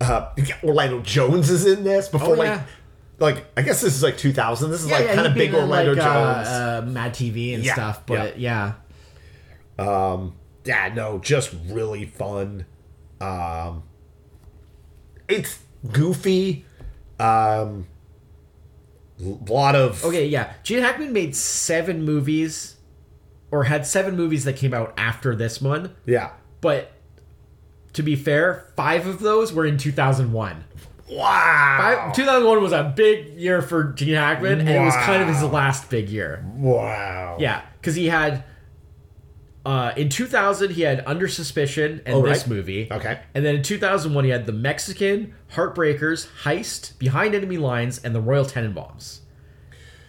S1: Uh, Orlando Jones is in this before
S2: Oh,
S1: like.
S2: yeah.
S1: Like I guess this is like 2000. This is
S2: Yeah,
S1: like
S2: yeah,
S1: kind of
S2: he'd
S1: big
S2: been in,
S1: Orlando
S2: like, uh,
S1: Jones.
S2: uh, mad tv and
S1: Yeah,
S2: stuff but yeah.
S1: yeah, no, just really fun. Um, it's goofy. Um, a lot of
S2: okay yeah gene hackman made seven movies or had seven movies that came out after this one
S1: yeah.
S2: but to be fair five of those were in 2001
S1: Wow.
S2: I, 2001 was a big year for Gene Hackman, and it was kind of his
S1: Wow.
S2: last big year.
S1: wow.
S2: Yeah, because he had uh, in 2000 he had Under Suspicion and
S1: Oh,
S2: this
S1: right.
S2: movie.
S1: Okay.
S2: and then in 2001 he had The Mexican, Heartbreakers, Heist, Behind Enemy Lines, and The Royal Tenenbaums.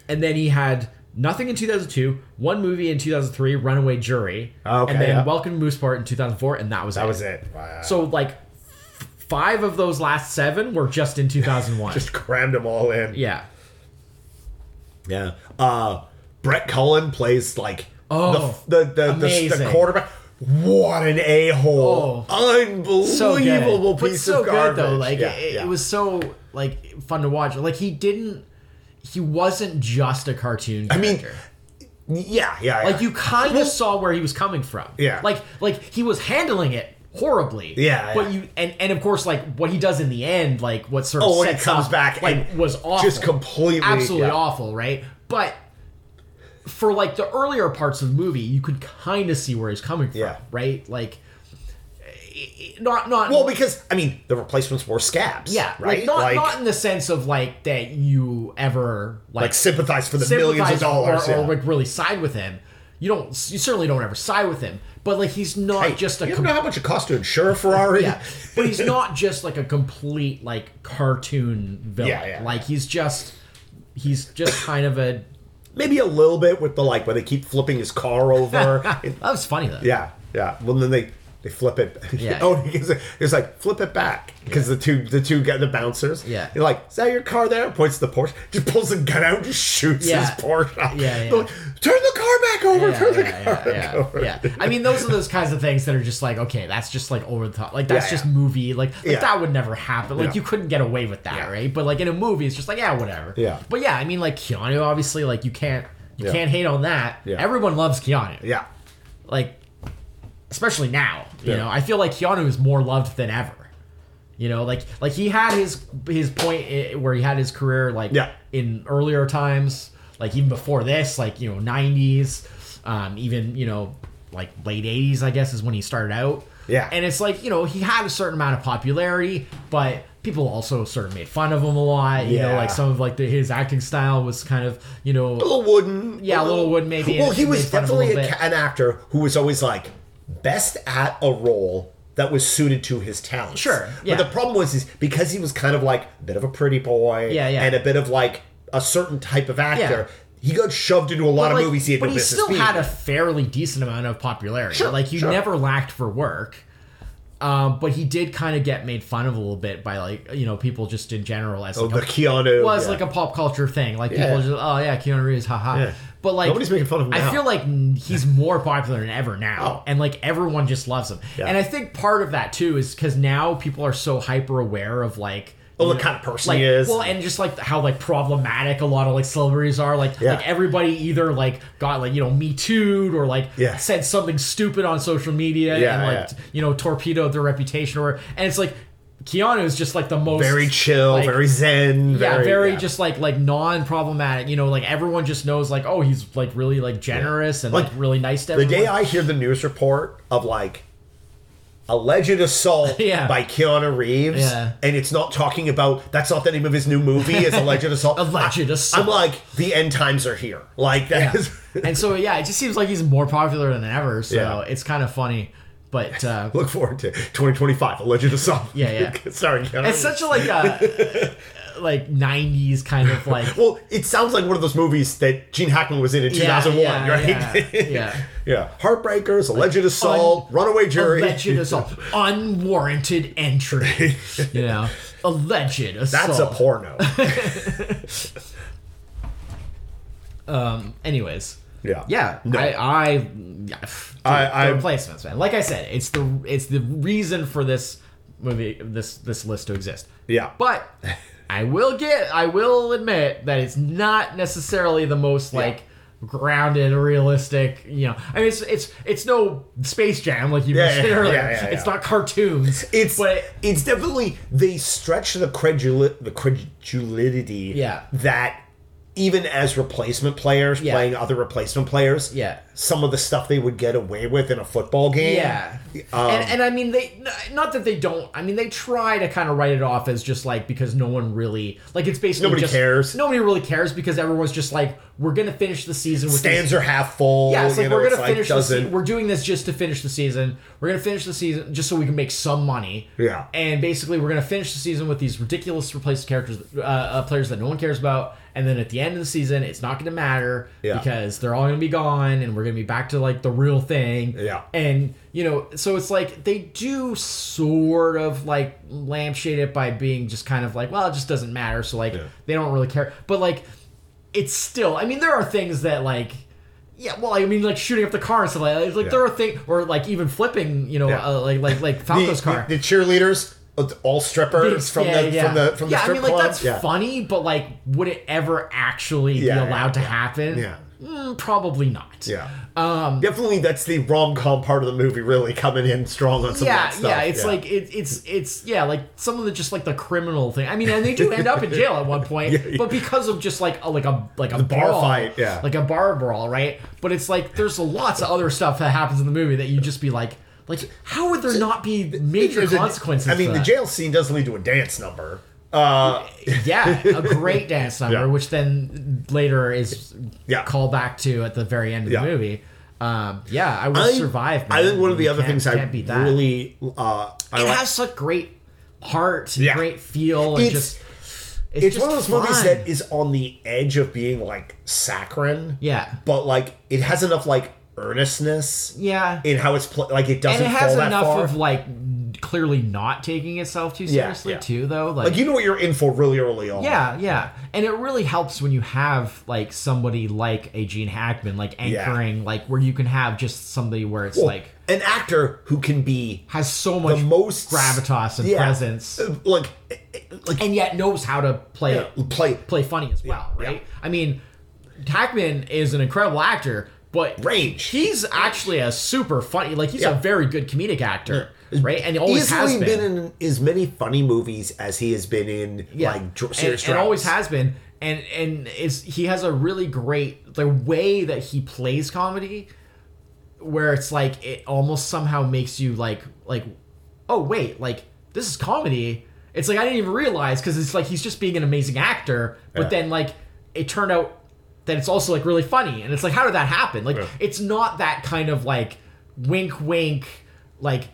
S2: And then he had nothing in 2002, one movie in 2003, Runaway Jury,
S1: Okay,
S2: and then
S1: yeah.
S2: Welcome to Mooseport in 2004, and that was
S1: That was it. Wow.
S2: So like. f- Five of those last seven were just in 2001.
S1: just crammed them all in.
S2: Yeah.
S1: Yeah. Uh, Brett Cullen plays like
S2: Oh,
S1: the the the, the, the
S2: amazing.
S1: quarterback. What an a hole!
S2: Oh. So good.
S1: Unbelievable
S2: But
S1: piece
S2: so
S1: of garbage.
S2: good though. Like
S1: Yeah,
S2: it,
S1: yeah.
S2: it was so like fun to watch. Like he didn't. He wasn't just a cartoon.
S1: I mean,
S2: character.
S1: yeah, yeah.
S2: like you kind of saw where he was coming from.
S1: Yeah.
S2: Like like he was handling it horribly.
S1: Yeah,
S2: But
S1: yeah.
S2: you and and of course like what he does in the end, like what sort of
S1: Oh, when he
S2: sets
S1: comes
S2: up,
S1: back
S2: like
S1: and
S2: was awful,
S1: just completely-
S2: absolutely
S1: yeah.
S2: awful, right? But for like the earlier parts of the movie, you could kind of see where he's coming from,
S1: Yeah.
S2: right? Like. i- i- Not, not
S1: Well, because I mean, the replacements were scabs.
S2: Yeah,
S1: right.
S2: Like not not in the sense of like that you ever like,
S1: like sympathize for the
S2: sympathize
S1: millions of dollars.
S2: or,
S1: yeah.
S2: or like really side with him. You don't. You certainly don't ever side with him. But like he's not
S1: Hey,
S2: just a
S1: you
S2: com-
S1: don't know how much it costs to insure a Ferrari.
S2: yeah, but he's not just like a complete like cartoon villain.
S1: Yeah, yeah.
S2: Like he's just he's just kind of a.
S1: Maybe a little bit with the like where they keep flipping his car over. It-
S2: That was funny though.
S1: yeah, yeah. Well, then they They flip it.
S2: Yeah.
S1: oh, he gives it- it's like flip it back because the two the two got the bouncers.
S2: Yeah.
S1: You're like, is that your car there? Points to the Porsche. Just pulls the gun out, and just shoots
S2: Yeah.
S1: his Porsche.
S2: Yeah,
S1: They're
S2: yeah.
S1: Like, Turn the car back over.
S2: yeah,
S1: turn the car back
S2: yeah, yeah,
S1: over.
S2: yeah, yeah. I mean, those are those kinds of things that are just like, okay, that's just like over the top. Like that's
S1: Yeah,
S2: just
S1: yeah.
S2: movie. Like, like
S1: Yeah.
S2: that would never happen. Like
S1: Yeah.
S2: you couldn't get away with that,
S1: Yeah.
S2: right? But like in a movie, it's just like, yeah, whatever.
S1: Yeah.
S2: But yeah, I mean, like Keanu, obviously, like you can't you
S1: Yeah.
S2: can't hate on that.
S1: Yeah.
S2: Everyone loves Keanu.
S1: Yeah.
S2: Like, especially now. You
S1: Yeah.
S2: know, I feel like Keanu is more loved than ever. You know, like like he had his his point i- where he had his career like
S1: Yeah.
S2: in earlier times, like even before this, like you know '90s, um, even you know like late '80s, I guess is when he started out.
S1: Yeah.
S2: and it's like you know he had a certain amount of popularity, but people also sort of made fun of him a lot. You know,
S1: Yeah.
S2: like some of like the, his acting style was kind of you
S1: A
S2: know
S1: little wooden.
S2: Yeah, a little wooden maybe,
S1: Well,
S2: and-
S1: he
S2: and
S1: was
S2: made fun of him a
S1: definitely a,
S2: little
S1: ca- an
S2: bit.
S1: actor who was always like best at a role that was suited to his talents.
S2: Sure, yeah.
S1: But the problem was is because he was kind of like a bit of a pretty boy
S2: Yeah, yeah.
S1: and a bit of like a certain type of actor. He got shoved into a lot of
S2: like,
S1: movies he had
S2: but
S1: no
S2: he
S1: business
S2: still
S1: being
S2: had
S1: in.
S2: a fairly decent amount of popularity.
S1: Sure,
S2: like you
S1: sure.
S2: never lacked for work. Um, but he did kind of get made fun of a little bit by like you know people just in general as like
S1: Oh, the
S2: a,
S1: Keanu.
S2: was
S1: yeah.
S2: like a pop culture thing. Like people
S1: Yeah.
S2: just oh yeah Keanu Reeves haha.
S1: Yeah.
S2: But like
S1: Nobody's making fun of him
S2: I
S1: now.
S2: feel like n- he's more popular than ever now,
S1: Oh.
S2: and like everyone just loves him.
S1: Yeah.
S2: And I think part of that too is because now people are so hyper aware of like.
S1: Oh,
S2: you
S1: the
S2: know,
S1: kind of person
S2: like,
S1: he is.
S2: Well, and just like how like problematic a lot of like celebrities are. Like,
S1: Yeah.
S2: like everybody either like got like you know me too'd or like
S1: Yeah.
S2: said something stupid on social media
S1: Yeah,
S2: and like
S1: yeah.
S2: you know torpedoed their reputation or. And it's like Keanu is just like the most
S1: very chill,
S2: like,
S1: very zen.
S2: yeah,
S1: very,
S2: very,
S1: yeah.
S2: just like like non problematic. You know, like everyone just knows like oh he's like really like generous and like,
S1: Like,
S2: really nice to
S1: The
S2: everyone.
S1: day I hear the news report of like alleged assault
S2: Yeah.
S1: by Keanu Reeves,
S2: Yeah.
S1: and it's not talking about that's not the name of his new movie, it's alleged assault.
S2: Alleged
S1: I,
S2: assault.
S1: I'm like, the end times are here. Like that is
S2: and so yeah, it just seems like he's more popular than ever. So
S1: Yeah.
S2: it's kind of funny, but uh,
S1: look forward to 2025. Alleged assault.
S2: Yeah, yeah.
S1: Sorry, Keanu.
S2: it's such a like a like '90s kind of like
S1: well, it sounds like one of those movies that Gene Hackman was in in 2001,
S2: yeah,
S1: right?
S2: yeah, yeah.
S1: Yeah. Heartbreakers, alleged assault, runaway jury.
S2: alleged assault, unwarranted entry. You know, alleged assault.
S1: That's a porno.
S2: Um. Anyways.
S1: Yeah.
S2: Yeah,
S1: No.
S2: I, I, yeah, pff, dude,
S1: I-
S2: the
S1: I-
S2: replacements, man. Like I said, it's the it's the reason for this movie, this this list to exist.
S1: yeah.
S2: But I will get, I will admit that it's not necessarily the most like grounded, realistic. You know, I mean, it's it's it's no Space Jam like you
S1: Yeah,
S2: mentioned
S1: yeah,
S2: earlier.
S1: yeah, yeah,
S2: It's
S1: yeah.
S2: not cartoons.
S1: It's
S2: but it-
S1: it's definitely they stretch the credul the credulity
S2: Yeah.
S1: that even as replacement players
S2: Yeah.
S1: playing other replacement players
S2: Yeah.
S1: some of the stuff they would get away with in a football game
S2: Yeah.
S1: um,
S2: and, and I mean, they, n- not that they don't, I mean, they try to kind of write it off as just like because no one really, like it's basically
S1: Nobody
S2: just-
S1: cares.
S2: Nobody really cares because everyone's just like, we're going to finish the season with these-
S1: stands are half full
S2: Yeah, it's like
S1: you know,
S2: we're
S1: it's
S2: going to
S1: like
S2: finish the
S1: doesn't
S2: season. We're doing this just to finish the season. We're going to finish the season just so we can make some money.
S1: Yeah.
S2: And basically, we're going to finish the season with these ridiculous replaced characters, uh, uh, players that no one cares about. And then at the end of the season, it's not going to matter
S1: Yeah.
S2: because they're all going to be gone and we're going to be back to like the real thing.
S1: Yeah.
S2: And, you know, so it's like they do sort of like lampshade it by being just kind of like, well, it just doesn't matter. So, like, they don't really care. But, like, it's still, I mean, there are things that, like, yeah, well, I mean, like shooting up the car and stuff like that. It's Like
S1: Yeah.
S2: there are things, or like even flipping, you know,
S1: Yeah.
S2: uh, like like like
S1: the,
S2: Falco's car.
S1: the, the cheerleaders uh, all strippers from,
S2: Yeah,
S1: the,
S2: yeah.
S1: from the from the
S2: yeah,
S1: strip
S2: I mean, like
S1: club
S2: that's funny, but like, would it ever actually
S1: Yeah,
S2: be allowed
S1: yeah,
S2: to happen?
S1: Yeah.
S2: Mm, probably not.
S1: yeah um definitely that's the rom-com part of the movie really coming in strong on some
S2: yeah,
S1: of that stuff
S2: yeah. It's like it, it's it's yeah, like some of the just like the criminal thing. I mean, and they do end up in jail at one point,
S1: yeah.
S2: but because of just like a, like a like a
S1: bar
S2: brawl,
S1: fight, yeah.
S2: like a bar brawl, right? But it's like there's lots of other stuff that happens in the movie that you just be like, like how would there not be major
S1: There's a-
S2: consequences?
S1: I mean,
S2: for
S1: the
S2: that?
S1: jail scene does lead to a dance number. Uh,
S2: yeah, a great dance number,
S1: Yeah.
S2: which then later is
S1: Yeah.
S2: called back to at the very end of
S1: Yeah.
S2: the movie. Um, yeah, I would survive. Man.
S1: I think one of the
S2: You
S1: other
S2: can't-
S1: things I
S2: can't beat that.
S1: really uh, I
S2: it
S1: like.
S2: has such great heart,
S1: Yeah.
S2: great feel, and
S1: It's-
S2: just
S1: It's,
S2: just
S1: one of those movies
S2: fun.
S1: that is on the edge of being like saccharine.
S2: Yeah.
S1: But like it has enough like earnestness
S2: yeah.
S1: in how it's pl- like it
S2: and
S1: doesn't
S2: it has
S1: fall that
S2: enough
S1: far.
S2: of like clearly not taking itself too
S1: Yeah,
S2: seriously
S1: yeah.
S2: too though. Like,
S1: like you know what you're in for really early on.
S2: yeah, yeah. And it really helps when you have like somebody like a Gene Hackman like anchoring like where you can have just somebody where it's
S1: Well,
S2: like
S1: an actor who can be
S2: has so
S1: the
S2: much
S1: most
S2: gravitas and
S1: yeah,
S2: presence
S1: like eh, like
S2: and yet knows how to play it
S1: play
S2: play funny as well,
S1: Yeah,
S2: right?
S1: yeah.
S2: I mean, Hackman is an incredible actor, but
S1: Range.
S2: He's actually a super funny, like he's
S1: Yeah.
S2: a very good comedic actor, right? And he always
S1: easily
S2: has been.
S1: in as many funny movies as he has been in
S2: yeah.
S1: like dr-
S2: And-
S1: serious
S2: and,
S1: dramas.
S2: always has been. And and is he has a really great the way that he plays comedy, where it's like it almost somehow makes you like like, oh wait, like this is comedy. It's like I didn't even realize because it's like he's just being an amazing actor, but
S1: Yeah.
S2: then like it turned out that it's also like really funny, and it's like how did that happen? Like
S1: Yeah.
S2: it's not that kind of like wink wink like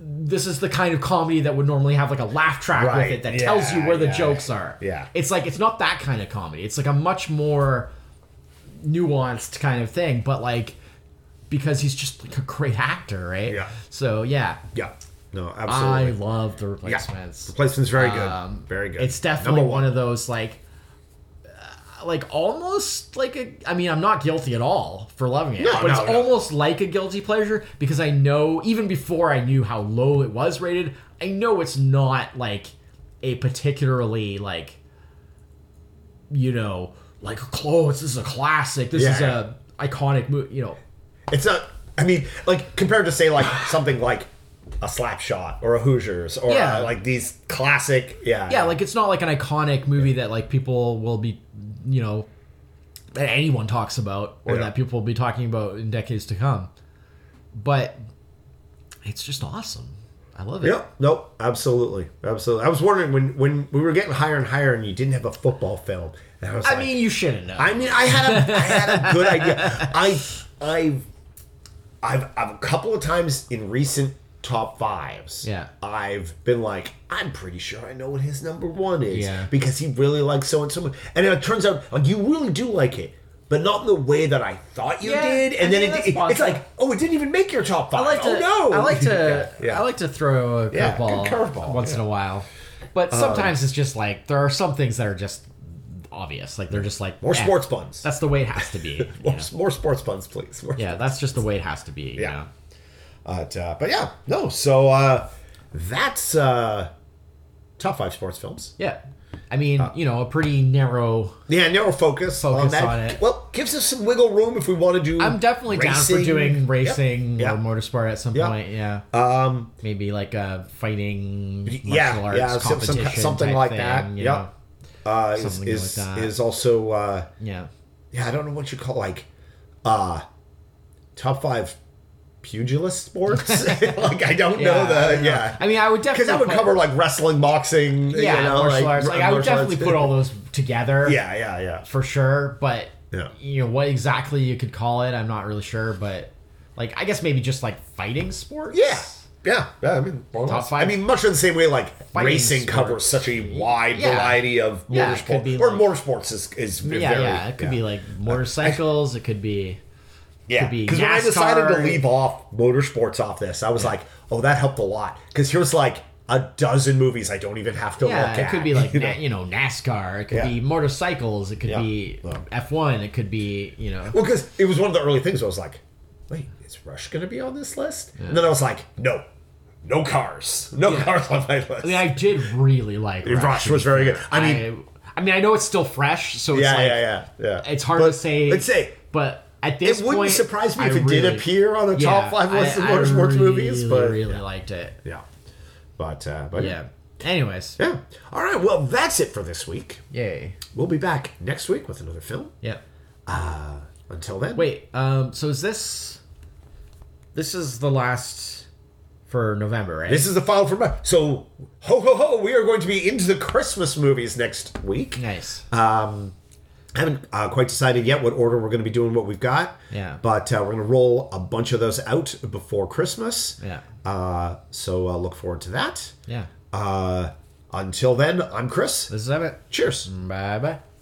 S2: this is the kind of comedy that would normally have like a laugh track
S1: Right,
S2: with it that
S1: yeah,
S2: tells you where the
S1: yeah,
S2: jokes are.
S1: yeah.
S2: It's like it's not that kind of comedy. It's like a much more nuanced kind of thing, but like because he's just like a great actor, right?
S1: Yeah.
S2: So yeah.
S1: yeah, no,
S2: I
S1: absolutely.
S2: love the
S1: yeah,
S2: replacements.
S1: replacement's very good,
S2: Um,
S1: very good.
S2: It's definitely
S1: Number
S2: one. of those like uh, like almost like a I mean I'm not guilty at all for loving it,
S1: No,
S2: but
S1: no,
S2: it's
S1: no.
S2: almost like a guilty pleasure because I know even before I knew how low it was rated, I know it's not like a particularly like you know, like close, this is a classic, this
S1: Yeah,
S2: is a iconic movie, you know.
S1: It's not. I mean, like compared to say like something like a Slapshot or a Hoosiers or
S2: Yeah.
S1: uh, like these classic. Yeah,
S2: yeah, like it's not like an iconic movie that like people will be, you know, that anyone talks about or
S1: Yeah.
S2: that people will be talking about in decades to come. But it's just awesome. I love it.
S1: Yep. Nope. Absolutely. Absolutely. I was wondering when when we were getting higher and higher, and you didn't have a football film. And I was
S2: I
S1: like,
S2: mean, you shouldn't know.
S1: I mean, I had a, I had a good idea. I, I, I've, I've a couple of times in recent top fives.
S2: Yeah.
S1: I've been like, I'm pretty sure I know what his number one is.
S2: Yeah.
S1: Because he really likes so and so much, and it turns out like you really do like it. But not in the way that I thought you
S2: Yeah,
S1: did,
S2: I
S1: and then
S2: mean,
S1: it,
S2: that's
S1: it- it's
S2: possible.
S1: like, oh, it didn't even make your top
S2: I
S1: five.
S2: like to.
S1: oh no!
S2: I like to.
S1: yeah, yeah.
S2: I like to throw a
S1: Yeah,
S2: curveball,
S1: good curveball, Um,
S2: once in a while, but sometimes it's just like there are some things that are just obvious. Like they're just like
S1: more
S2: eh,
S1: sports puns.
S2: That's the way it has to be. you
S1: more,
S2: know?
S1: more sports puns, please. More
S2: Yeah, that's just the way it has to be.
S1: Yeah.
S2: You know?
S1: But uh, but yeah, no. So uh, that's uh, top five sports films.
S2: Yeah. I mean,
S1: Uh,
S2: you know, a pretty narrow.
S1: Yeah, narrow focus, on
S2: Focus
S1: that.
S2: on it.
S1: Well, gives us some wiggle room if we want to do.
S2: I'm definitely down
S1: racing.
S2: for doing
S1: Yep.
S2: racing
S1: Yeah.
S2: or motorsport at some
S1: Yeah.
S2: point. Yeah,
S1: Um,
S2: maybe like a fighting martial
S1: yeah,
S2: arts
S1: yeah, some- some-
S2: competition,
S1: something
S2: type
S1: like
S2: thing,
S1: that.
S2: you
S1: Yep.
S2: know?
S1: uh, is
S2: Something
S1: is,
S2: like that.
S1: is also uh,
S2: Yeah.
S1: yeah. I don't know what you call like uh, top five pugilist sports. like I don't know
S2: I
S1: the
S2: don't know.
S1: yeah.
S2: I mean, I would
S1: because
S2: definitely
S1: that would
S2: put-
S1: cover like wrestling, boxing,
S2: Yeah,
S1: you know,
S2: martial
S1: like,
S2: arts. Like, I would
S1: martial
S2: definitely
S1: arts.
S2: put all those together.
S1: Yeah, yeah, yeah.
S2: for sure. But
S1: Yeah.
S2: you know what exactly you could call it, I'm not really sure. But like, I guess maybe just like fighting sports.
S1: Yeah. Yeah, yeah, I mean, more or
S2: Top
S1: less.
S2: five.
S1: I mean, much in the same way, like
S2: Fighting
S1: racing
S2: sport.
S1: covers such a wide
S2: Yeah.
S1: variety of
S2: Yeah, it could
S1: motorsports,
S2: be
S1: or
S2: like-
S1: motorsports is is
S2: Yeah,
S1: very,
S2: yeah. It could be like motorcycles. it could be.
S1: yeah.
S2: could be
S1: Because when I decided to
S2: NASCAR.
S1: leave off motorsports off this, I was like, oh, that helped a lot. Because here's like a dozen movies I don't even have to
S2: Yeah,
S1: look
S2: it
S1: at.
S2: could be like
S1: you
S2: na-
S1: know?
S2: you know NASCAR. It could
S1: Yeah.
S2: be motorcycles. It could
S1: Yeah.
S2: be
S1: Well.
S2: F one. It could be you know.
S1: well, because it was one of the early things. I was like, wait, is Rush going to be on this list? And then I was like, no, no cars, no cars on my list.
S2: I mean, I did really like Rush.
S1: Rush
S2: to
S1: was
S2: be
S1: very good.
S2: fair.
S1: I mean,
S2: I, I mean, I know it's still fresh, so it's
S1: yeah,
S2: like,
S1: yeah, yeah, yeah.
S2: It's hard
S1: But
S2: to say.
S1: Let's say
S2: but at
S1: It
S2: this
S1: wouldn't
S2: point,
S1: surprise me
S2: I
S1: if it did
S2: really-
S1: appear on the
S2: yeah,
S1: top five list of
S2: I-
S1: motorsports
S2: I
S1: movies, but
S2: really, really liked it.
S1: yeah, but uh, but yeah.
S2: Yeah. Anyways,
S1: yeah, All right, well, that's it for this week.
S2: yay.
S1: We'll be back next week with another film.
S2: Yep.
S1: Until then,
S2: Wait. Um. So is this? This is the last for November, right?
S1: This is the file for my so ho ho ho. We are going to be into the Christmas movies next week.
S2: nice.
S1: Uh, haven't uh, quite decided yet what order we're going to be doing what we've got.
S2: Yeah.
S1: But uh, we're going to roll a bunch of those out before Christmas.
S2: Yeah.
S1: Uh, so uh, look forward to that.
S2: yeah.
S1: Uh, until then, I'm Chris.
S2: This is it.
S1: Cheers.
S2: Bye bye.